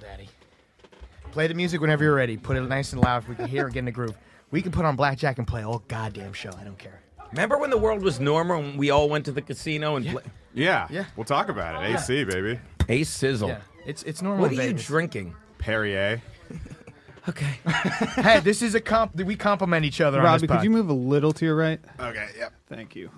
Daddy. Play the music whenever you're ready. Put it nice and loud. so We can hear and get in the groove. We can put on blackjack and play all goddamn show. I don't care. Remember when the world was normal and we all went to the casino and play- Yeah. Yeah. We'll talk about it. AC, baby. Hey, sizzle. Yeah, it's it's normal. What in are you Vegas. drinking? Perrier. Okay. Hey, this is a comp. We compliment each other. on Robbie, this could you pod. move a little to your right? Okay, yep. Thank you.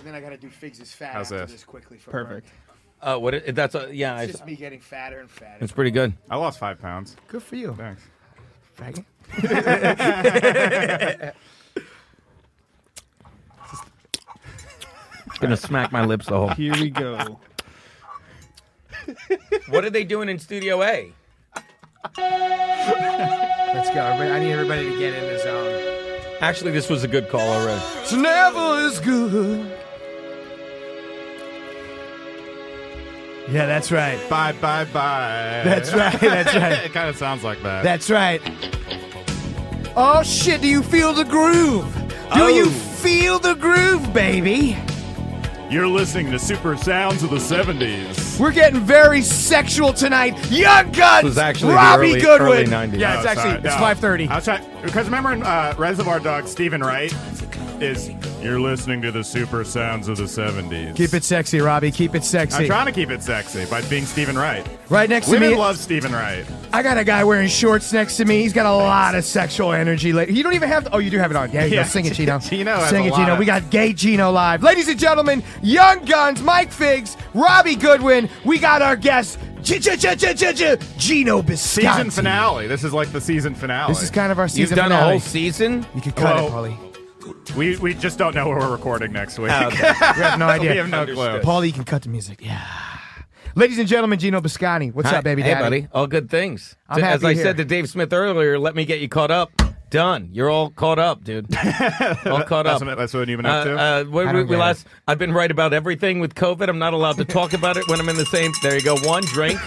Then I gotta do Figs' fat How's after this? this? quickly for Perfect. work. Uh, what? i- That's a, yeah. It's It's, just me getting fatter and fatter. it's pretty good. I lost five pounds. Good for you, Thanks. faggot. gonna smack my lips the whole. Here we go. What are they doing in Studio A? Let's go. Everybody, I need everybody to get in the zone. Actually, this was a good call already. It's never as good. Yeah, that's right. Bye, bye, bye. That's right. That's right. it kind of sounds like that. That's right. Oh shit! Do you feel the groove? Do Oh. you feel the groove, baby? You're listening to Super Sounds of the 70s. We're getting very sexual tonight. Young Guns. was actually the Robbie early- Goodwin. early 90s. Yeah, it's Oh, actually sorry. it's No. five thirty. I was trying because remember in uh, Reservoir Dog, Stephen Wright is. You're listening to the Super Sounds of the 70s. Keep it sexy, Robbie. Keep it I'm sexy. trying to keep it sexy by being Stephen Wright. Right next to Women me, love Stephen Wright. I got a guy wearing shorts next to me. He's got a lot of sexual energy. la- You don't even have to. Oh, you do have it on. Yeah, yeah. Yeah. sing it, Gino. Gino has sing a it, lot Gino. of- We got gay Gino live, ladies and gentlemen. Young Guns, Mike Figs, Robbie Goodwin. We got our guest, G- G- G- G- G- G- Gino Biscotti. Season finale. This is like the season finale. This is kind of our You've season done a finale. whole season. you could cut Whoa. it, Polly. we we just don't know where we're recording next week. Oh, We have no idea. we have no clue. Understood. Paulie, you can cut the music. Yeah. Ladies and gentlemen, Gino Biscotti. What's Hi. up, baby Hey, daddy? buddy. All good things. I'm As happy I here. said to Dave Smith earlier, let me get you caught up. Done. You're all caught up, dude. all caught That's up. what, that's what you've been uh, up to. uh, we, I we, don't we get last, I've been right about everything with COVID. I'm not allowed to talk about it when I'm in the same. There you go. One drink.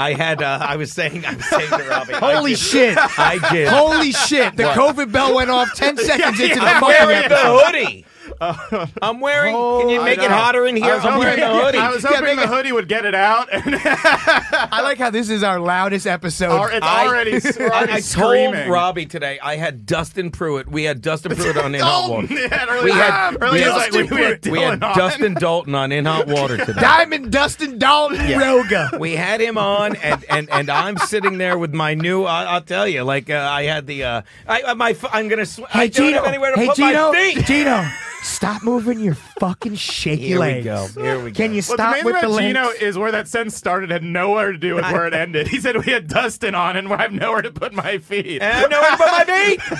I had. Uh, I was saying. I was saying to Robbie. I Holy did- shit. I did. Holy shit. The COVID bell went off 10 seconds into the I'm fucking wearing the episode. hoodie. I'm wearing. Can you I make it know. hotter in I here? was I'm wearing hoping, the hoodie. I was Yeah, hoping make the it- hoodie would get it out. And I like how this is our loudest episode. our- it's I- already, we're I, already I told screaming. Robbie today I had Dustin Pruitt. We had Dustin Pruitt on in hot Dalton. water. Yeah, earlier, We had- earlier we it was had- like we had, We had Dylan on. Dustin Dalton on in hot water today. Diamond Dustin Dalton Roga. we had him on, and, and, and I'm sitting there with my new. I, I'll tell you, like uh, I had the. Uh, I I- my f- I'm gonna. Sw- I Hey, don't Gino. have anywhere to Hey, put Gino. my feet. Gino. Stop moving your fucking shaky Here we legs. go. Here we go. Can you What's stop amazing with the about legs? Gino is where that sentence started had nowhere to do with where it ended. He said we had Dustin on and I have nowhere to put my feet. I have nowhere to put my feet.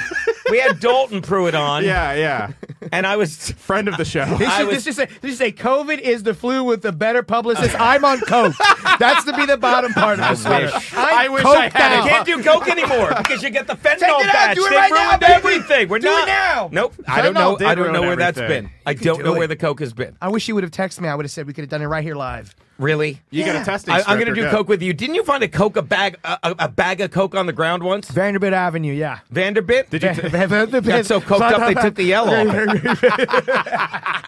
We had Dalton Pruitt on, yeah, yeah. and I was. Friend of the show. This, I is, was- this, is a, this is a COVID is the flu with a better publicist. I'm on coke. That's to be the bottom part of the sweater. wish. I'm I wish I coked had out. a Can't do coke anymore because you get the fentanyl Take it out. patch. Do it They right now, ruined baby. everything. We're Do it not. now. Nope. I don't Fentanyl know. did I don't ruin know where that's everything. been. I can don't do know it. where the coke has been. I wish you would have texted me. I would have said we could have done it right here live. Really? You got Yeah. a testing I, I'm going to gonna do coke with you. Didn't you find a coke a bag a, a, a bag of coke on the ground once? Vanderbilt Avenue, yeah. Vanderbilt. Did Got Got so coked up they took the yellow off.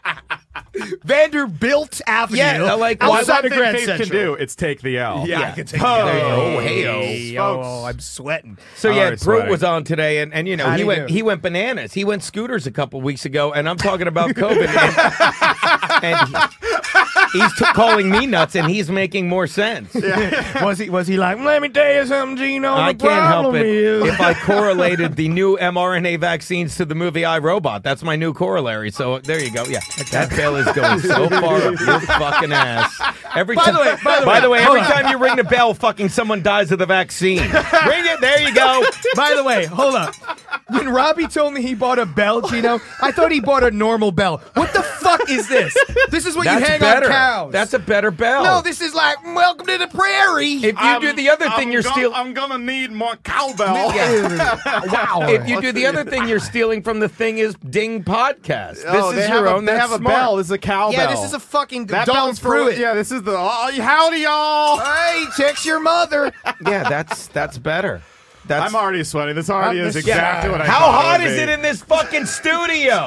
Vanderbilt Avenue. Yeah, like, why- outside of Grand Faith Central. can do, it's take the L. Yeah, I Yeah. can take Oh, it. oh, hey, oh, folks. oh, I'm sweating. So I'm yeah, already Brute sweating. was on today, and, and you know How do he you went do? he went bananas. He went scooters a couple weeks ago, and I'm talking about COVID. and and he- he's t- calling me nuts, and he's making more sense. was he was he like, let me tell you something, Gino? I the can't help problem it is-" if I correlated the new mRNA vaccines to the movie I Robot. That's my new corollary. So there you go. Yeah, that bill is going so far up your fucking ass. Every By time, the way, by the way, hold every on. time you ring the bell, fucking someone dies of the vaccine. ring it. There you go. By the way, hold up. When Robbie told me he bought a bell, Gino, I thought he bought a normal bell. What the fuck is this? This is what you hang better. on cows. That's a better bell. no. This is like welcome to the prairie. If you do the other thing, you're gon- stealing. I'm gonna need more cowbell. wow. If you do the other thing, you're stealing from the thing is Ding podcast. This Oh, is they your have own. A, they That's have smart. a bell. This is a cowbell. yeah, this is a fucking that Dalton bell's Pruitt. Yeah, this is the oh, howdy y'all. Hey, text your mother. Yeah, that's that's better. That's I'm already sweating. This already Uh, is this- exactly yeah. what I how thought hot would is be. it in this fucking studio?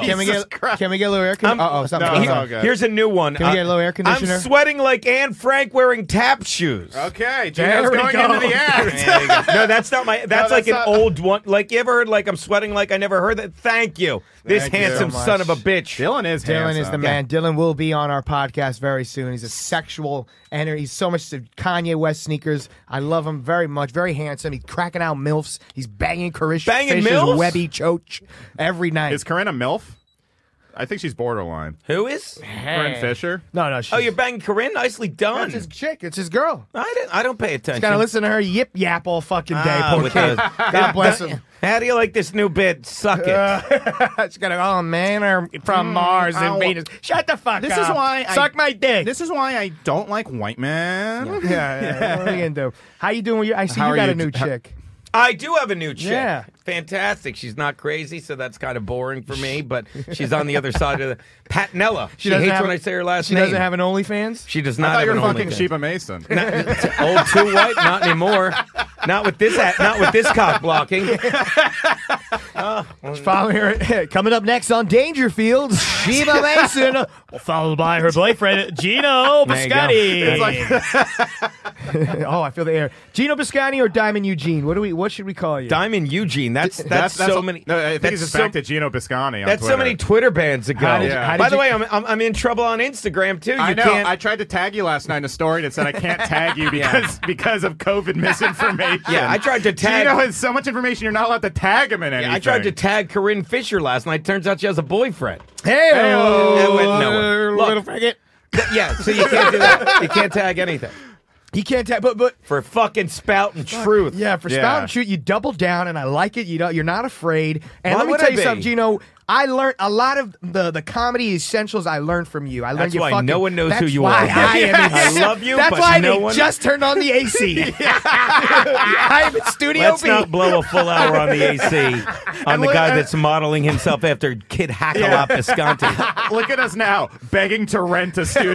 Can we Jesus get can we get a little air conditioner? I'm- Uh oh, stop. no, stop, it's stop. all good. Here's a new one. Can we Uh, get a little air conditioner? I'm sweating like Anne Frank wearing tap shoes. Okay, There Gino's we going go. into the act. There you go. No, that's not my. That's No, like that's an not- old one. Like you ever heard? Like I'm sweating like I never heard that. Thank you. This Thank you handsome so much. son of a bitch. Dylan is Dylan is the handsome. man. Dylan will be on our podcast very soon. He's a sexual and he's so much to Kanye West sneakers. I love him very much. Very handsome. He's cracking out milfs. He's banging Carish Banging Fisher's milfs? Webby Choach every night. Is Corinna MILF? I think she's borderline. Who is? Corinne Fisher. no, no. She's, Oh, you're banging Corinne. Nicely done. That's his chick. It's his girl. I don't. I don't pay attention. Gotta listen to her yip yap all fucking day. Ah, poor with kid. those- God bless him. How do you like this new bit? Suck it. She's got oh man, I'm from Mars and ow. Venus. Shut the fuck This up. is why I- suck my dick. This is why I don't like white men. yeah, yeah, yeah. What are you gonna do? How you doing? With your, I see How you are got you a new d- chick. I do have a new chick. Yeah. Fantastic. She's not crazy, so that's kind of boring for me, but she's on the other side of the Patnella. She, doesn't hates have when a- I say her last She name. doesn't have an OnlyFans. she does I not thought have you were an fucking OnlyFans. Sheba Mason. Old too white, not anymore. Not with this at, not with this cock blocking. Follow her. Coming up next on Dangerfield, Sheba Mason, followed by her boyfriend Gino There you go. Biscotti. oh, I feel the air. Gino Biscotti or Diamond Eugene? What do we? What should we call you? Diamond Eugene. That's that's, so a- many. No, I think that's it's just so- back to Gino Biscani. On that's so Twitter. many Twitter bans ago. How did you- how By did the you- way, I'm, I'm I'm in trouble on Instagram too. You I know. can't. I tried to tag you last night in a story, and it said I can't tag you because because of COVID misinformation. Yeah, I tried to tag- Gino has so much information. You're not allowed to tag him in anything. I tried to tag Corinne Fisher last night. Turns out she has a boyfriend. hey, That went nowhere. little Look. faggot. Yeah, so you can't do that. You can't tag anything You can't tag, but but for fucking spouting truth. Yeah, for Yeah. spout and shoot, you double down, and I like it. You know, you're not afraid. And Why let me would tell I you be? something, Gino. I learned a lot of the, the comedy essentials. I learned from you. I learned That's your why fucking- no one knows that's who you why are. I, am in- I love you, That's but why no they one- just turned on the AC. I am in Studio Let's B. not blow a full hour on the AC on the guy that's modeling himself after Kid Hackalot Visconti. Look at us now, begging to rent a studio.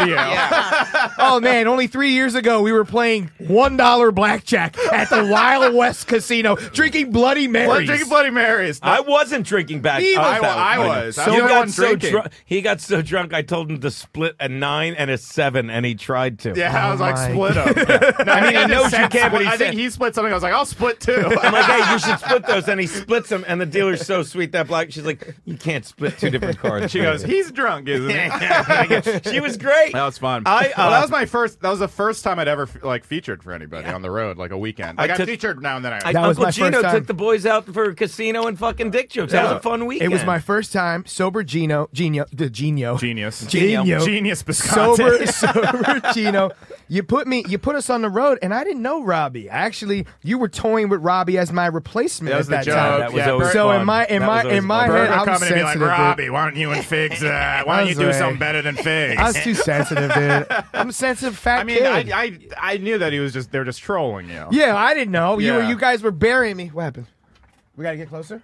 oh man! Only three years ago, we were playing one dollar blackjack at the Wild West Casino, drinking Bloody Blood, Marys. drinking Bloody Marys. I wasn't drinking back. He I was- was. that I one. was. I So was the he only got one so drinking. drunk. He got so drunk. I told him to split a nine and a seven, and he tried to. yeah, I was like, my split them. No, I mean, he just knows said you can't, but he split- said- I think he split something. I was like, I'll split too. I'm like, hey, you should split those, and he splits them. And the dealer's so sweet that black. She's like, you can't split two different cards. she goes, he's drunk, isn't he? she was great. That was fun. I, uh, well, that was my first. That was the first time I'd ever like featured for anybody on the road, like a weekend. Like I, took- featured now and then. I, That was Uncle my Gino first time. took the boys out for a casino and fucking dick jokes. That was a fun It weekend. was my first time sober. Gino, Gino, the Gino, genius, Genio. genius, Biscotti. sober, sober Chino. You put me, you put us on the road, and I didn't know Robbie. Actually, you were toying with Robbie as my replacement That was at that the joke. time. That was Yeah, always Bert- so fun. in my in That my was always in my fun. head, Bert would I'm come in and be like, sensitive. dude. Robbie, why don't you and Figs? Uh, why don't you was do like- something better than Figs? I was too sensitive, dude. I'm a sensitive fat I mean, kid. I, I I knew that he was just they were just trolling you. yeah, I didn't know. You were, Yeah. you guys were burying me. What happened? We gotta get closer.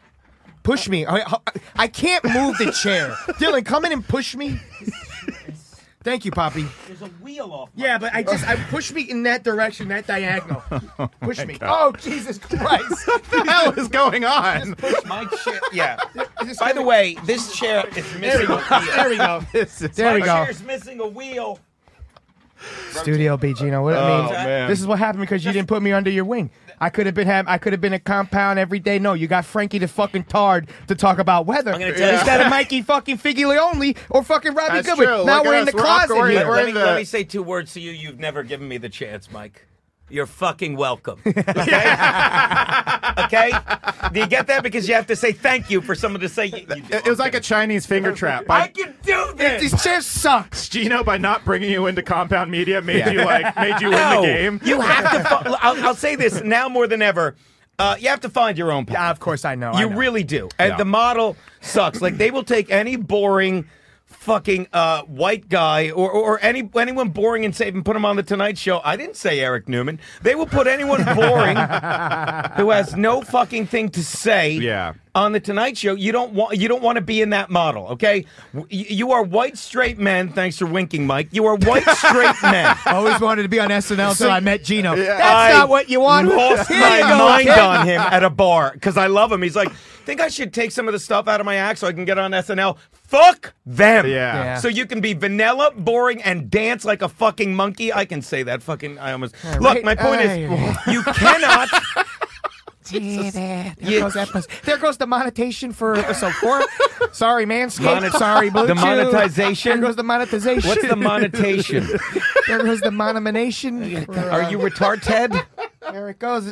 Push me. I, I- I can't move the chair. Dylan, come in and push me. Thank you, Poppy. There's a wheel off. Yeah, but I just I push me in that direction, that diagonal. Push me. Oh Jesus Christ! What the hell is going on? my chair. Yeah. Just By give the me- way, this chair is missing a wheel. there we go. there we go. Chair's missing a wheel. Studio B, Gino. What I mean, Oh, man. this is what happened because you didn't put me under your wing. I could have been have I could have been a compound every day. No, you got Frankie the fucking tard to talk about weather gonna tell you- instead of Mikey fucking Figlione or fucking Robbie That's Goodwin. true. Now Look we're at in us. the We're all closet Corey- here. we're Let in me, the- let me say two words to you. You've never given me the chance, Mike. You're fucking welcome. Okay? okay? Do you get that? Because you have to say thank you for someone to say you, you do. It, it was like a Chinese finger trap. I By, can do this. These chairs suck. Gino, by not bringing you into compound media, made you like made you win No, the game. you have to. Fu- I'll, I'll say this now more than ever. Uh, you have to find your own path. Ah, of course I know. I You know. really do. And the model sucks. like they will take any boring fucking uh, white guy or, or any anyone boring and safe and put him on the Tonight Show. I didn't say Eric Newman. They will put anyone boring who has no fucking thing to say. Yeah. on the Tonight Show, you don't want you don't want to be in that model. Okay, W- y- you are white straight men. Thanks for winking, Mike. You are white straight men. I always wanted to be on SNL, so I met Gino. That's I not what you want. Lost Here my you go, mind kid. on him at a bar because I love him. He's like, think I should take some of the stuff out of my act so I can get on SNL. Fuck them. Yeah. Yeah. So you can be vanilla, boring, and dance like a fucking monkey. I can say that. Fucking, I almost. Look, right. my point Aye. is, you cannot. There, Yeah. goes that pos- there goes the monetization for episode four. Sorry, Manscaped. Monet- Sorry, Blue the Chew. monetization? There goes the monetization. What's the monetization? there goes the monomination. Are you retarded? There it goes.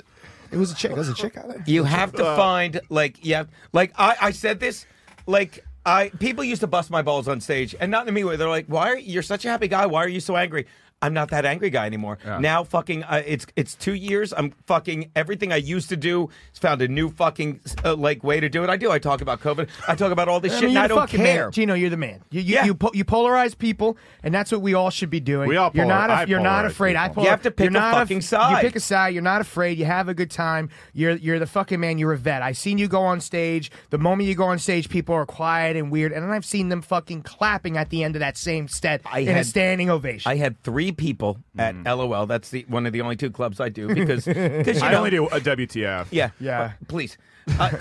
It was a chick. It was a chick out there. You have to find like yeah, like I I said this like I people used to bust my balls on stage and not in a mean way. They're like, "Why are you're such a happy guy? Why are you so angry?" I'm not that angry guy anymore. Now fucking uh, it's it's 2 years. I'm fucking everything I used to do is found a new fucking uh, like way to do it. I do. I talk about COVID. I talk about all this I mean, shit and you're I the don't fucking care. Man. Gino, you're the man. You you, Yeah. you, po- you polarize people, and that's what we all should be doing. We all you're not. polar- I you're not polarize afraid. I people. polar- You have to pick you're a not fucking side. You pick a side. You're not afraid. You have a good time. You're you're the fucking man. You're a vet. I've seen you go on stage. The moment you go on stage, people are quiet and weird, and then I've seen them fucking clapping at the end of that same set I in a had- standing ovation. I had 3 people at Mm. LOL. That's the one of the only two clubs I do because cuz you I know, only do uh, a WTF. Yeah. Yeah. Uh, please. I,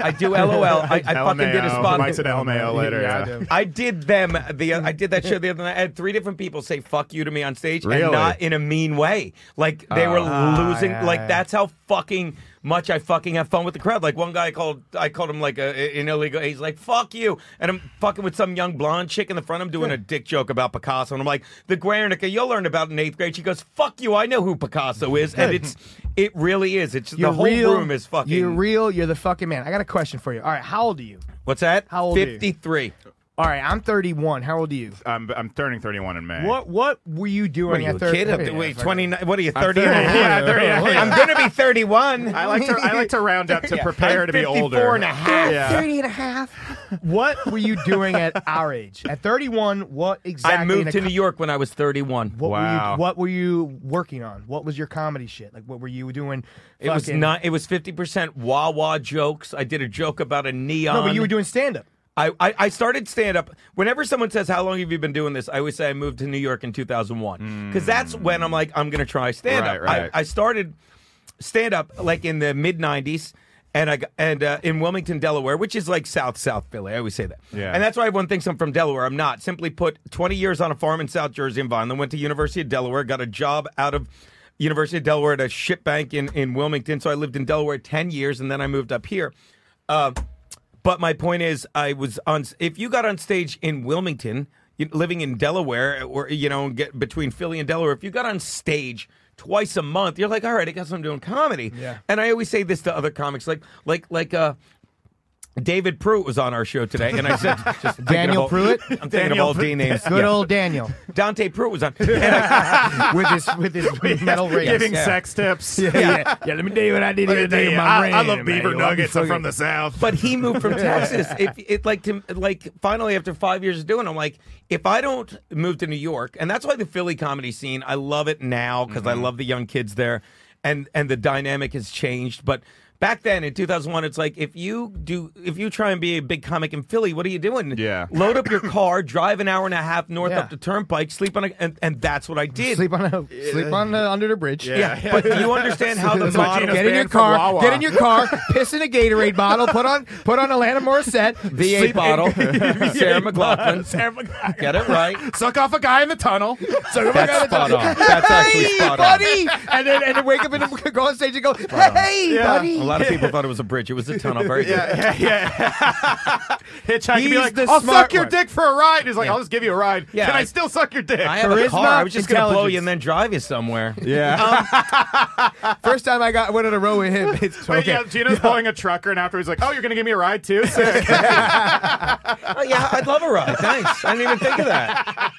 I do LOL. I, I fucking did a LMAO. spot. Mike's at LMAO later. Yeah, I yeah. do. I did them. The I did that show the other night. I had three different people say "fuck you" to me on stage, Really? and not in a mean way. Like they were losing. Ah, yeah, like yeah. that's how fucking much I fucking have fun with the crowd. Like one guy I called, I called him like a, an illegal. He's like "fuck you," and I'm fucking with some young blonde chick in the front. I'm doing a dick joke about Picasso, and I'm like, "The Guernica you'll learn about in eighth grade." She goes, "Fuck you, I know who Picasso is," and it's it really is. It's You're the whole real. room is fucking. You're real. You're the fucking man. I got a question for you. All right, how old are you? What's that? How old are you? Fifty-three. All right, I'm 31. How old are you? I'm, I'm turning 31 in May. What what were you doing What are you, at a 30? kid? Yeah, Wait, fuck it. 29. What are you, 30? Yeah, 30. I'm going to be 31. I like to I like to round up to prepare I'm to be 54 older. and a half. Yeah. What were you doing at our age? At 31, what exactly? I in a moved to co- New York when I was 31. What Were Wow. you, what were you working on? What was your comedy shit? Like, what were you doing? It was fucking- not. It was fifty percent Wawa jokes. I did a joke about a neon. No, but you were doing stand up. I, I, I started stand up. Whenever someone says, How long have you been doing this? I always say, I moved to New York in 2001. Because that's when I'm like, I'm going to try stand up. Right, right. I, I started stand up like in the mid 90s. And I g- and uh, in Wilmington, Delaware, which is like South South Philly, I always say that. Yeah. And that's why everyone thinks I'm from Delaware. I'm not. Simply put, 20 years on a farm in South Jersey and Vine. Then went to University of Delaware, got a job out of University of Delaware at a ship bank in in Wilmington. So I lived in Delaware 10 years, and then I moved up here. But my point is, I was on. If you got on stage in Wilmington, you- living in Delaware, or you know, get between Philly and Delaware, if you got on stage twice a month, you're like, all right, I guess I'm doing comedy. Yeah. And I always say this to other comics, like, like, like, uh. David Pruitt was on our show today, and I said, just thinking Daniel of all- Pruitt? I'm thinking of all D names. Good Yeah. old Daniel Dante Pruitt was on, and I, with his with his metal ring. Giving yeah. sex tips. Yeah, yeah, yeah. Let me tell you what I did the other day. with my I, I ring, love man. beaver Yo, nuggets. I'm fucking- from the south. but he moved from Texas. It, it like to like finally after five years of doing, it, I'm like, if I don't move to New York, and that's why the Philly comedy scene, I love it now because I love the young kids there, and and the dynamic has changed. But back then in 2001, it's like if you do if you try and be a big comic in Philly, what are you doing? Yeah. load up your car, drive an hour and a half north Yeah. up the turnpike, sleep on a, and and that's what I did. Sleep on a, sleep on the, under the bridge. yeah, but do you understand how the That's what model Gino's Get in your banned from car. Wawa. Get in your car. Piss in a Gatorade bottle. Put on put on Alana Morissette. V8 sleep- bottle, Sarah McLaughlin. Sarah McLachlan. Get it right. Suck off a guy in the tunnel. Oh Suck off a guy That's in the spot tunnel. on. That's actually hey, spot on. buddy! And then and then wake up and go on stage and go, hey, buddy! A lot of people thought it was a bridge. It was a tunnel. Very good. Yeah, yeah. Hitchhiker be He's like, the I'll smart suck your one." dick for a ride. He's like, I'll just give you a ride. Yeah, Can I, I- still suck your dick? I have a Charisma, car. I was just going to blow intelligence. you and then drive you somewhere. yeah. Um, First time I got went on a row with him. It's Wait, okay. yeah, Gino's blowing a trucker, and after he's like, "Oh, you're gonna give me a ride too?" Sick. Oh, yeah, I'd love a ride. Thanks. I didn't even think of that.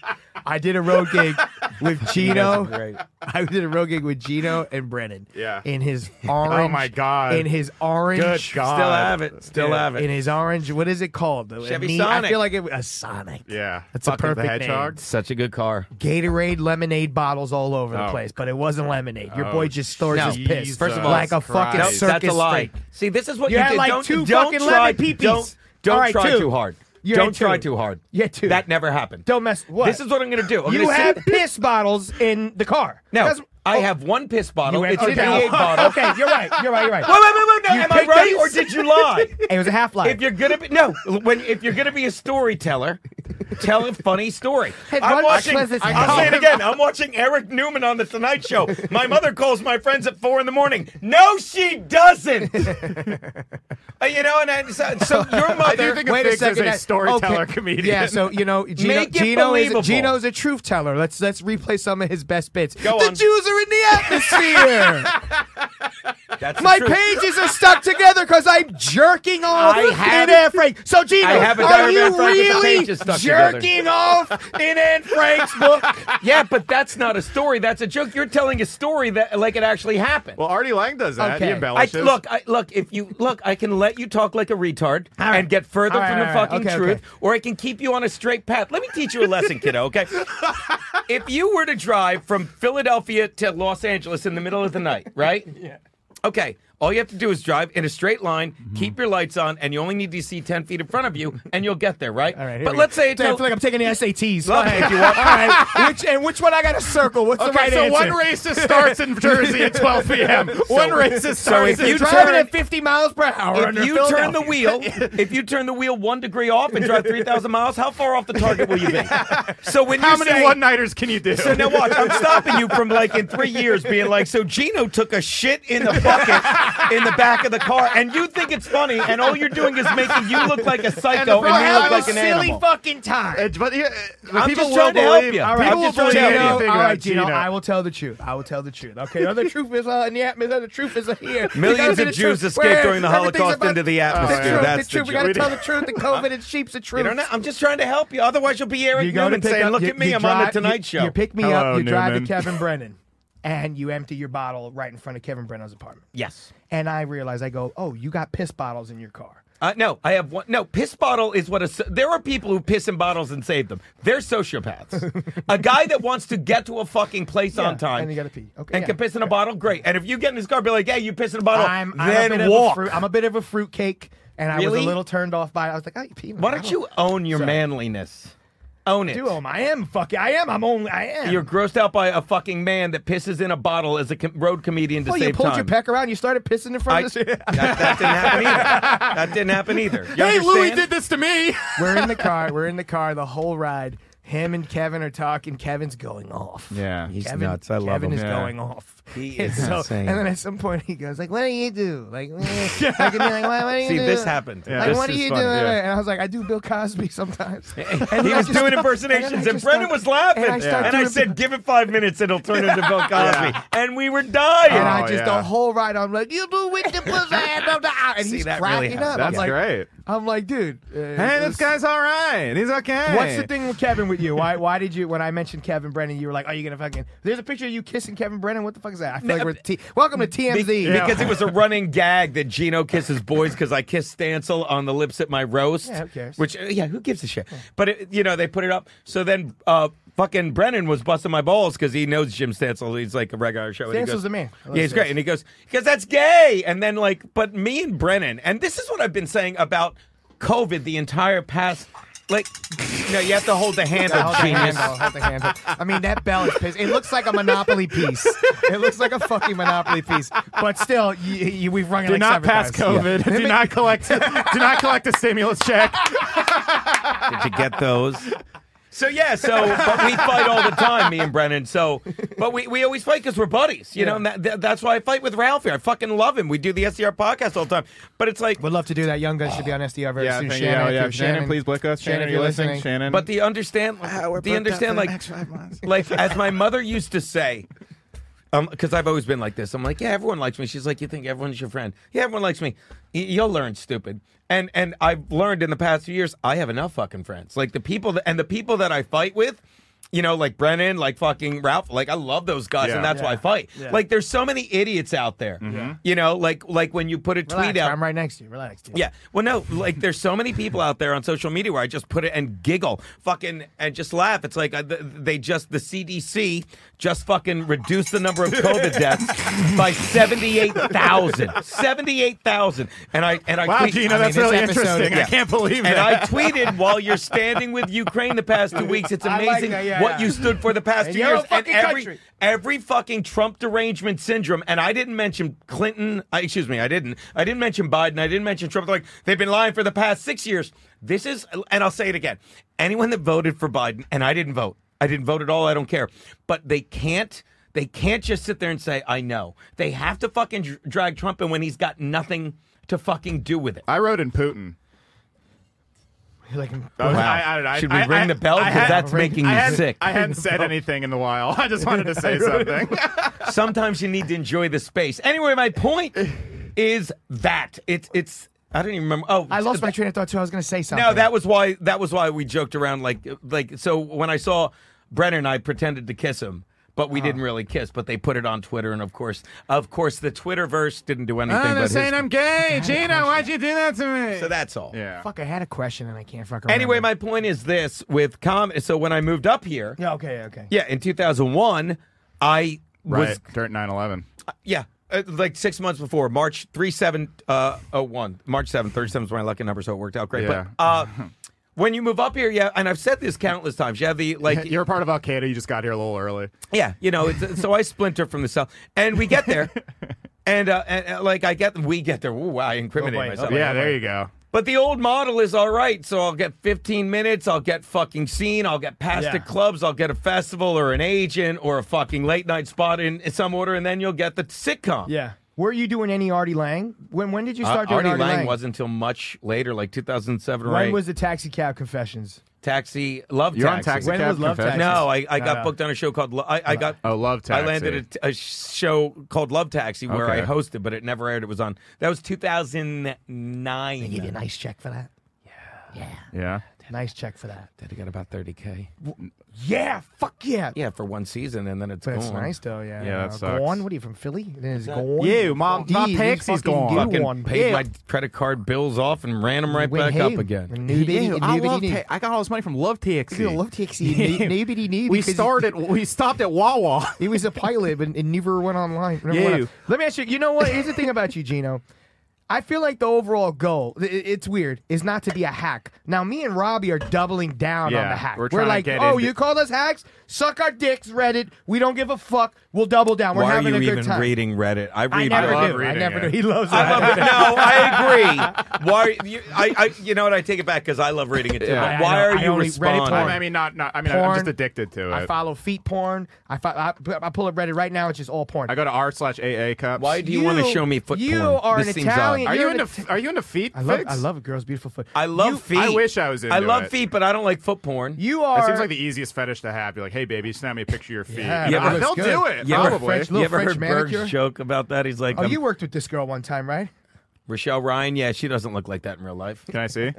I did a road gig with Gino. That's great. I did a road gig with Gino and Brennan. Yeah. In his Oh orange. my God. In his orange. Good God. Still have it. Still have In Uh, it. his orange. What is it called? The- Chevy me- I Sonic. feel like it a Sonic. Yeah. That's a Bucket the perfect name. Hedgehog. Such a good car. Gatorade lemonade bottles all over the Oh. place, but it wasn't lemonade. Oh, Your boy just stores No. his piss. First of all, like a Jesus fucking Christ. Nope, circus that's a lie. freak. See, this is what You you, had, did. like, don't, two don't fucking try, lemon peepees. Don't, don't All right, try two. too hard. You had don't try two. too hard. Yeah, two. That never happened. Don't mess. What? This is what I'm going to do. I'm you gonna sit- have piss bottles in the car. No, That's- I oh, have one piss bottle. you had- It's a okay. 38 bottle. Okay, you're right. You're right. You're right. Wait, wait, wait, wait. No, You am I picked right these? or did you lie? It was a half life. If you're gonna be no, when if you're gonna be a storyteller, tell a funny story. Hey, I'm Ron watching. Schles's is I'll hot. say it again. I'm watching Eric Newman on the Tonight Show. My mother calls my friends at four in the morning. No, she doesn't. Uh, you know, and I, so, so your mother. I do think Wait of a Figs as second. a that- storyteller okay. comedian. Yeah, so you know, Gino, Make it Gino is believable. Gino's a truth teller. Let's let's replay some of his best bits. Go the on. Jews are in the atmosphere. That's the My truth. pages are stuck together because I'm jerking off I in haven't- Anne Frank. So Gino, I haven't are done Anne you Frank with the really pages stuck jerking together. off in Anne Frank's book? Yeah, but that's not a story. That's a joke. You're telling a story that like it actually happened. Well, Artie Lang does that. Okay. He I- I, embellishes. look, I, look. If you look, I can let you talk like a retard All right. and get further All right, from all the right, fucking okay, truth, okay. or I can keep you on a straight path. Let me teach you a lesson, kiddo. Okay. if you were to drive from Philadelphia to Los Angeles in the middle of the night, right? yeah. Okay. All you have to do is drive in a straight line, Mm-hmm. keep your lights on, and you only need to see ten feet in front of you, and you'll get there, right? All right, here but we let's go. say it. Damn, I don't- feel like I'm taking the SATs. Go Look- ahead, if you want. All right, which and which one I got to circle? What's the Okay, right so answer? one racist starts in Jersey at 12 p.m. one racist starts if in you Jersey. Driving turn- at 50 miles per hour. under if you turn Philadelphia. the wheel, if you turn the wheel one degree off and drive three thousand miles, how far off the target will you be? So when How you many say, one-nighters can you do? so now watch, I'm stopping you from like in three years being like, so Gino took a shit in the bucket in the back of the car, and you think it's funny, and all you're doing is making you look like a psycho the and, you problem look is like an silly animal. fucking time. Uh, but yeah, uh, the I'm people just will trying to help believe- you. all right, People I'm will just trying believe to help you. anything all about right, Gino, Gino. I will tell the truth. I will tell the truth. Okay, the other truth is uh, in the atmosphere. The truth is uh, here. We Millions gotta do of the Jews truth. escaped Where during the everything's Holocaust about into the the atmosphere. truth, That's the truth. the We got to truth. tell the truth. The COVID and sheep's the truth. You don't know, I'm just trying to help you. Otherwise, you'll be Eric You go to Newman pick saying, up- "Look you- at me, you I'm on the drive- Tonight you- Show." You pick me Hello, up. You drive to Newman. Kevin Brennan, and you empty your bottle right in front of Kevin Brennan's apartment. yes. And I realize I go, oh, you got piss bottles in your car. Uh, no, I have one. No, piss bottle is what a. so- There are people who piss in bottles and save them. They're sociopaths. a guy that wants to get to a fucking place Yeah, on time and you gotta pee. Okay, and yeah. can piss in a bottle, great. And if you get in his car, be like, "Hey, you piss in a bottle." I'm, I'm a then bit Of a walk. fruit, I'm a bit of a fruitcake, and I was a Really? little turned off by. it. I was like, oh, you pee in my Why don't bottle." you own your So- manliness? Own it. do them. I am fucking. I am. I'm only. I am. You're grossed out by a fucking man that pisses in a bottle as a com- road comedian to well, save you pulled time. your peck around. You started pissing in I- front of that, us. that didn't happen either. That didn't happen either. You Hey, Louis understand? did this to me. We're in the car. We're in the car the whole ride. Him and Kevin are talking. Kevin's going off. Yeah. He's Kevin, nuts. I love Kevin him. is Yeah. going off. He And is so- insane. And then at some point he goes like, "What do you do?" Like, eh, like, and you're like, "What- what do you See, do?" this happened. Yeah. Like, This what do is you funny, do? yeah. And I was like, I do Bill Cosby sometimes. And he then I was just doing start- impersonations, then and, I just Brendan start- was laughing. And I, And I, start doing- said, "Give it five minutes, it'll turn into Bill Cosby," and we were dying. And I Oh, just yeah. the whole ride, I'm like, you do with the pussy, and and See, he's that really cracking up. happened. I'm That's like, great. I'm like, dude. uh, Hey, this guy's all right. He's okay. What's the thing with Kevin with you? Why? Why did you? When I mentioned Kevin Brennan, you were like, "Are you gonna fucking?" There's a picture of you kissing Kevin Brennan. What the fuck is that? I feel like we're t- welcome to Be- TMZ. Because it was a running gag that Gino kisses boys because I kissed Stancil on the lips at my roast. Yeah, who cares? Which, uh, yeah, who gives a shit? But, it, you know, they put it up. So then uh, fucking Brennan was busting my balls because he knows Jim Stancil. He's like a regular show. and he Stancil's goes- the man. I love Yeah, he's Stancil. great. And he goes, because that's gay. And then, like, but me and Brennan, and this is what I've been saying about COVID the entire past. Like, no, you have to hold the hand Yeah, of hold the genius. handle, hold the handle. I mean, that bell is pissed. It looks like a Monopoly piece. It looks like a fucking Monopoly piece. But still, you, you, we've rung it Do like not seven pass times. COVID. Do not collect. do not collect a stimulus check. Did you get those? So yeah, so but we fight all the time, me and Brennan. So, but we, we always fight because we're buddies, you know. And that, that, that's why I fight with Ralph here. I fucking love him. We do the SDR podcast all the time. But it's like, Would love to do that. Young Guns should be on SDR very soon. thank you. Shannon, if yeah. you're Shannon, please blick us. Shannon, Shannon, if are you you're listening? listening. Shannon. but do you understand? do you understand? Like, like as my mother used to say, because I've always been like this. I'm like, yeah, everyone likes me. She's like, you think everyone's your friend? Yeah, everyone likes me. Y- you'll learn, stupid. And and I've learned in the past few years, I have enough fucking friends. Like the people that and the people that I fight with, you know, like Brennan, like fucking Ralph. Like I love those guys, Yeah. and that's why I Yeah. fight. Yeah. Like there's so many idiots out there. You know, like like when you put a Relax, tweet out. I'm right next to you. Relax. Dude. Yeah. Well, no, like there's so many people out there on social media where I just put it and giggle, fucking, and just laugh. It's like uh, th- they just, the CDC just fucking reduced the number of COVID deaths by 78,000. 78,000. And I, and I, Wow, tweet- Gino, I that's mean, really it's- interesting. Yeah. I can't believe And I that. tweeted while you're standing with Ukraine the past two weeks. It's I like amazing that, yeah, what yeah. you stood for the past And two your years. own fucking every, country. every fucking Trump derangement syndrome. And I didn't mention Clinton. I, excuse me, I didn't. I didn't mention Biden. I didn't mention Trump. Like they've been lying for the past six years. This is, and I'll say it again. Anyone that voted for Biden, and I didn't vote. I didn't vote at all. I don't care. But they can't. They can't just sit there and say, "I know." They have to fucking dr- drag Trump in when he's got nothing to fucking do with it. I wrote in Putin. Like, I was- Wow. I- I- I- Should we I- ring I- the bell? I Because had- that's making I you hadn't- sick. I hadn't said anything in a while. I just wanted to say something. Sometimes you need to enjoy the space. Anyway, my point is that it's it's. I don't even remember. Oh, I lost my train of thought too. I was going to say something. No, that was why. That was why we joked around. Like like so when I saw Brennan, I pretended to kiss him. But Uh-huh. we didn't really kiss, but they put it on Twitter, and of course, of course, the Twitterverse didn't do anything. but his- gay. Gino, why'd you do that to me? so that's all. yeah. Fuck, I had a question and I can't fucking. Anyway, remember. my point is this: with com, so when I moved up here, Yeah. Okay. Okay. yeah, in 2001, I Right. was Dirt 911. Yeah. Uh, like six months before March three seven uh oh one March seven thirty seven is my lucky number so it worked out great Yeah. but uh when you move up here yeah and I've said this countless times you have the like You're a part of Al Qaeda. You just got here a little early. yeah, you know. It's, so I splinter from the cell, and we get there, and, uh, and uh, like I get, we get there. Ooh, I incriminate Oh, boy. myself. Okay. yeah, there you go. But the old model is all right. So I'll get 15 minutes. I'll get fucking seen. I'll get past Yeah. the clubs. I'll get a festival or an agent or a fucking late night spot in, in some order, and then you'll get the sitcom. Yeah. Were you doing any Artie Lang? When when did you start Uh, doing Artie, Artie Lang wasn't until much later, like 2007 or When 8. was the Taxi Cab Confessions? Taxi Love You're on Taxi? taxi. When cab was Love confessions. Taxi? No, I, I No, got no. booked on a show called Lo- I, I got Oh, Love I landed Taxi. a, a show called Love Taxi where I Okay. hosted, but it never aired. It was on that was 2009. Give you a nice check for that. Yeah. Nice check for that. Did I got about 30k? Yeah. Fuck yeah. Yeah, for one season, and then it's But it's gone. nice though, yeah. Yeah, that Uh, sucks. Gone? What are you from Philly? Then it's gone. Yeah, my- my Jeez, Pepsi's fucking gone. you Fucking one. paid Yeah. my credit card bills off and ran them right Went back ham. up again. Nobody, I, nobody knew. got all this money from Love Taxi. You love Taxi. No- Nobody knew. We because started. We stopped at Wawa. He was a pilot, but it never went online. Never Yeah. went up. Let me ask you. You know what? Here's the thing about you, Gino. I feel like the overall goal, i- i- it's weird, is not to be a hack. Now, me and Robbie are doubling down on Yeah, the hack. we're trying to like, get oh, into- you call us hacks? Suck our dicks, Reddit. We don't give a fuck. We'll double down. We're Why are having you a good even time. reading Reddit? I I read never love do. I reading never it. do. He loves I that. love it. No, I agree. Why? You, I, I, you know what? I take it back because I love reading it too. Yeah. But I- I why know. are I you only read it responding? porn. I mean, not. not I mean, I'm Porn. just addicted to it. I I, follow feet porn. I, fo- I, I pull up Reddit right now. It's just all porn. go to r slash AA cups. Why do you, want to show me foot you porn? are This an seems odd. Italian- Are You're you an into? f- Are you into feet? I love, fix? I love a girl's beautiful foot. I love You- feet. I wish I was I into love it. feet, but I don't like foot porn. You are. That seems like the easiest fetish to have. You're like, hey, baby, snap me a picture of your feet. Yeah, And Yeah, I'm but like, it's they'll good. do it. You ever- probably. French you little ever French heard manicure? Berg's joke about that? He's like, Oh, um, you worked with this girl one time, right? Rochelle Ryan. Yeah, she doesn't look like that in real life. Can I see?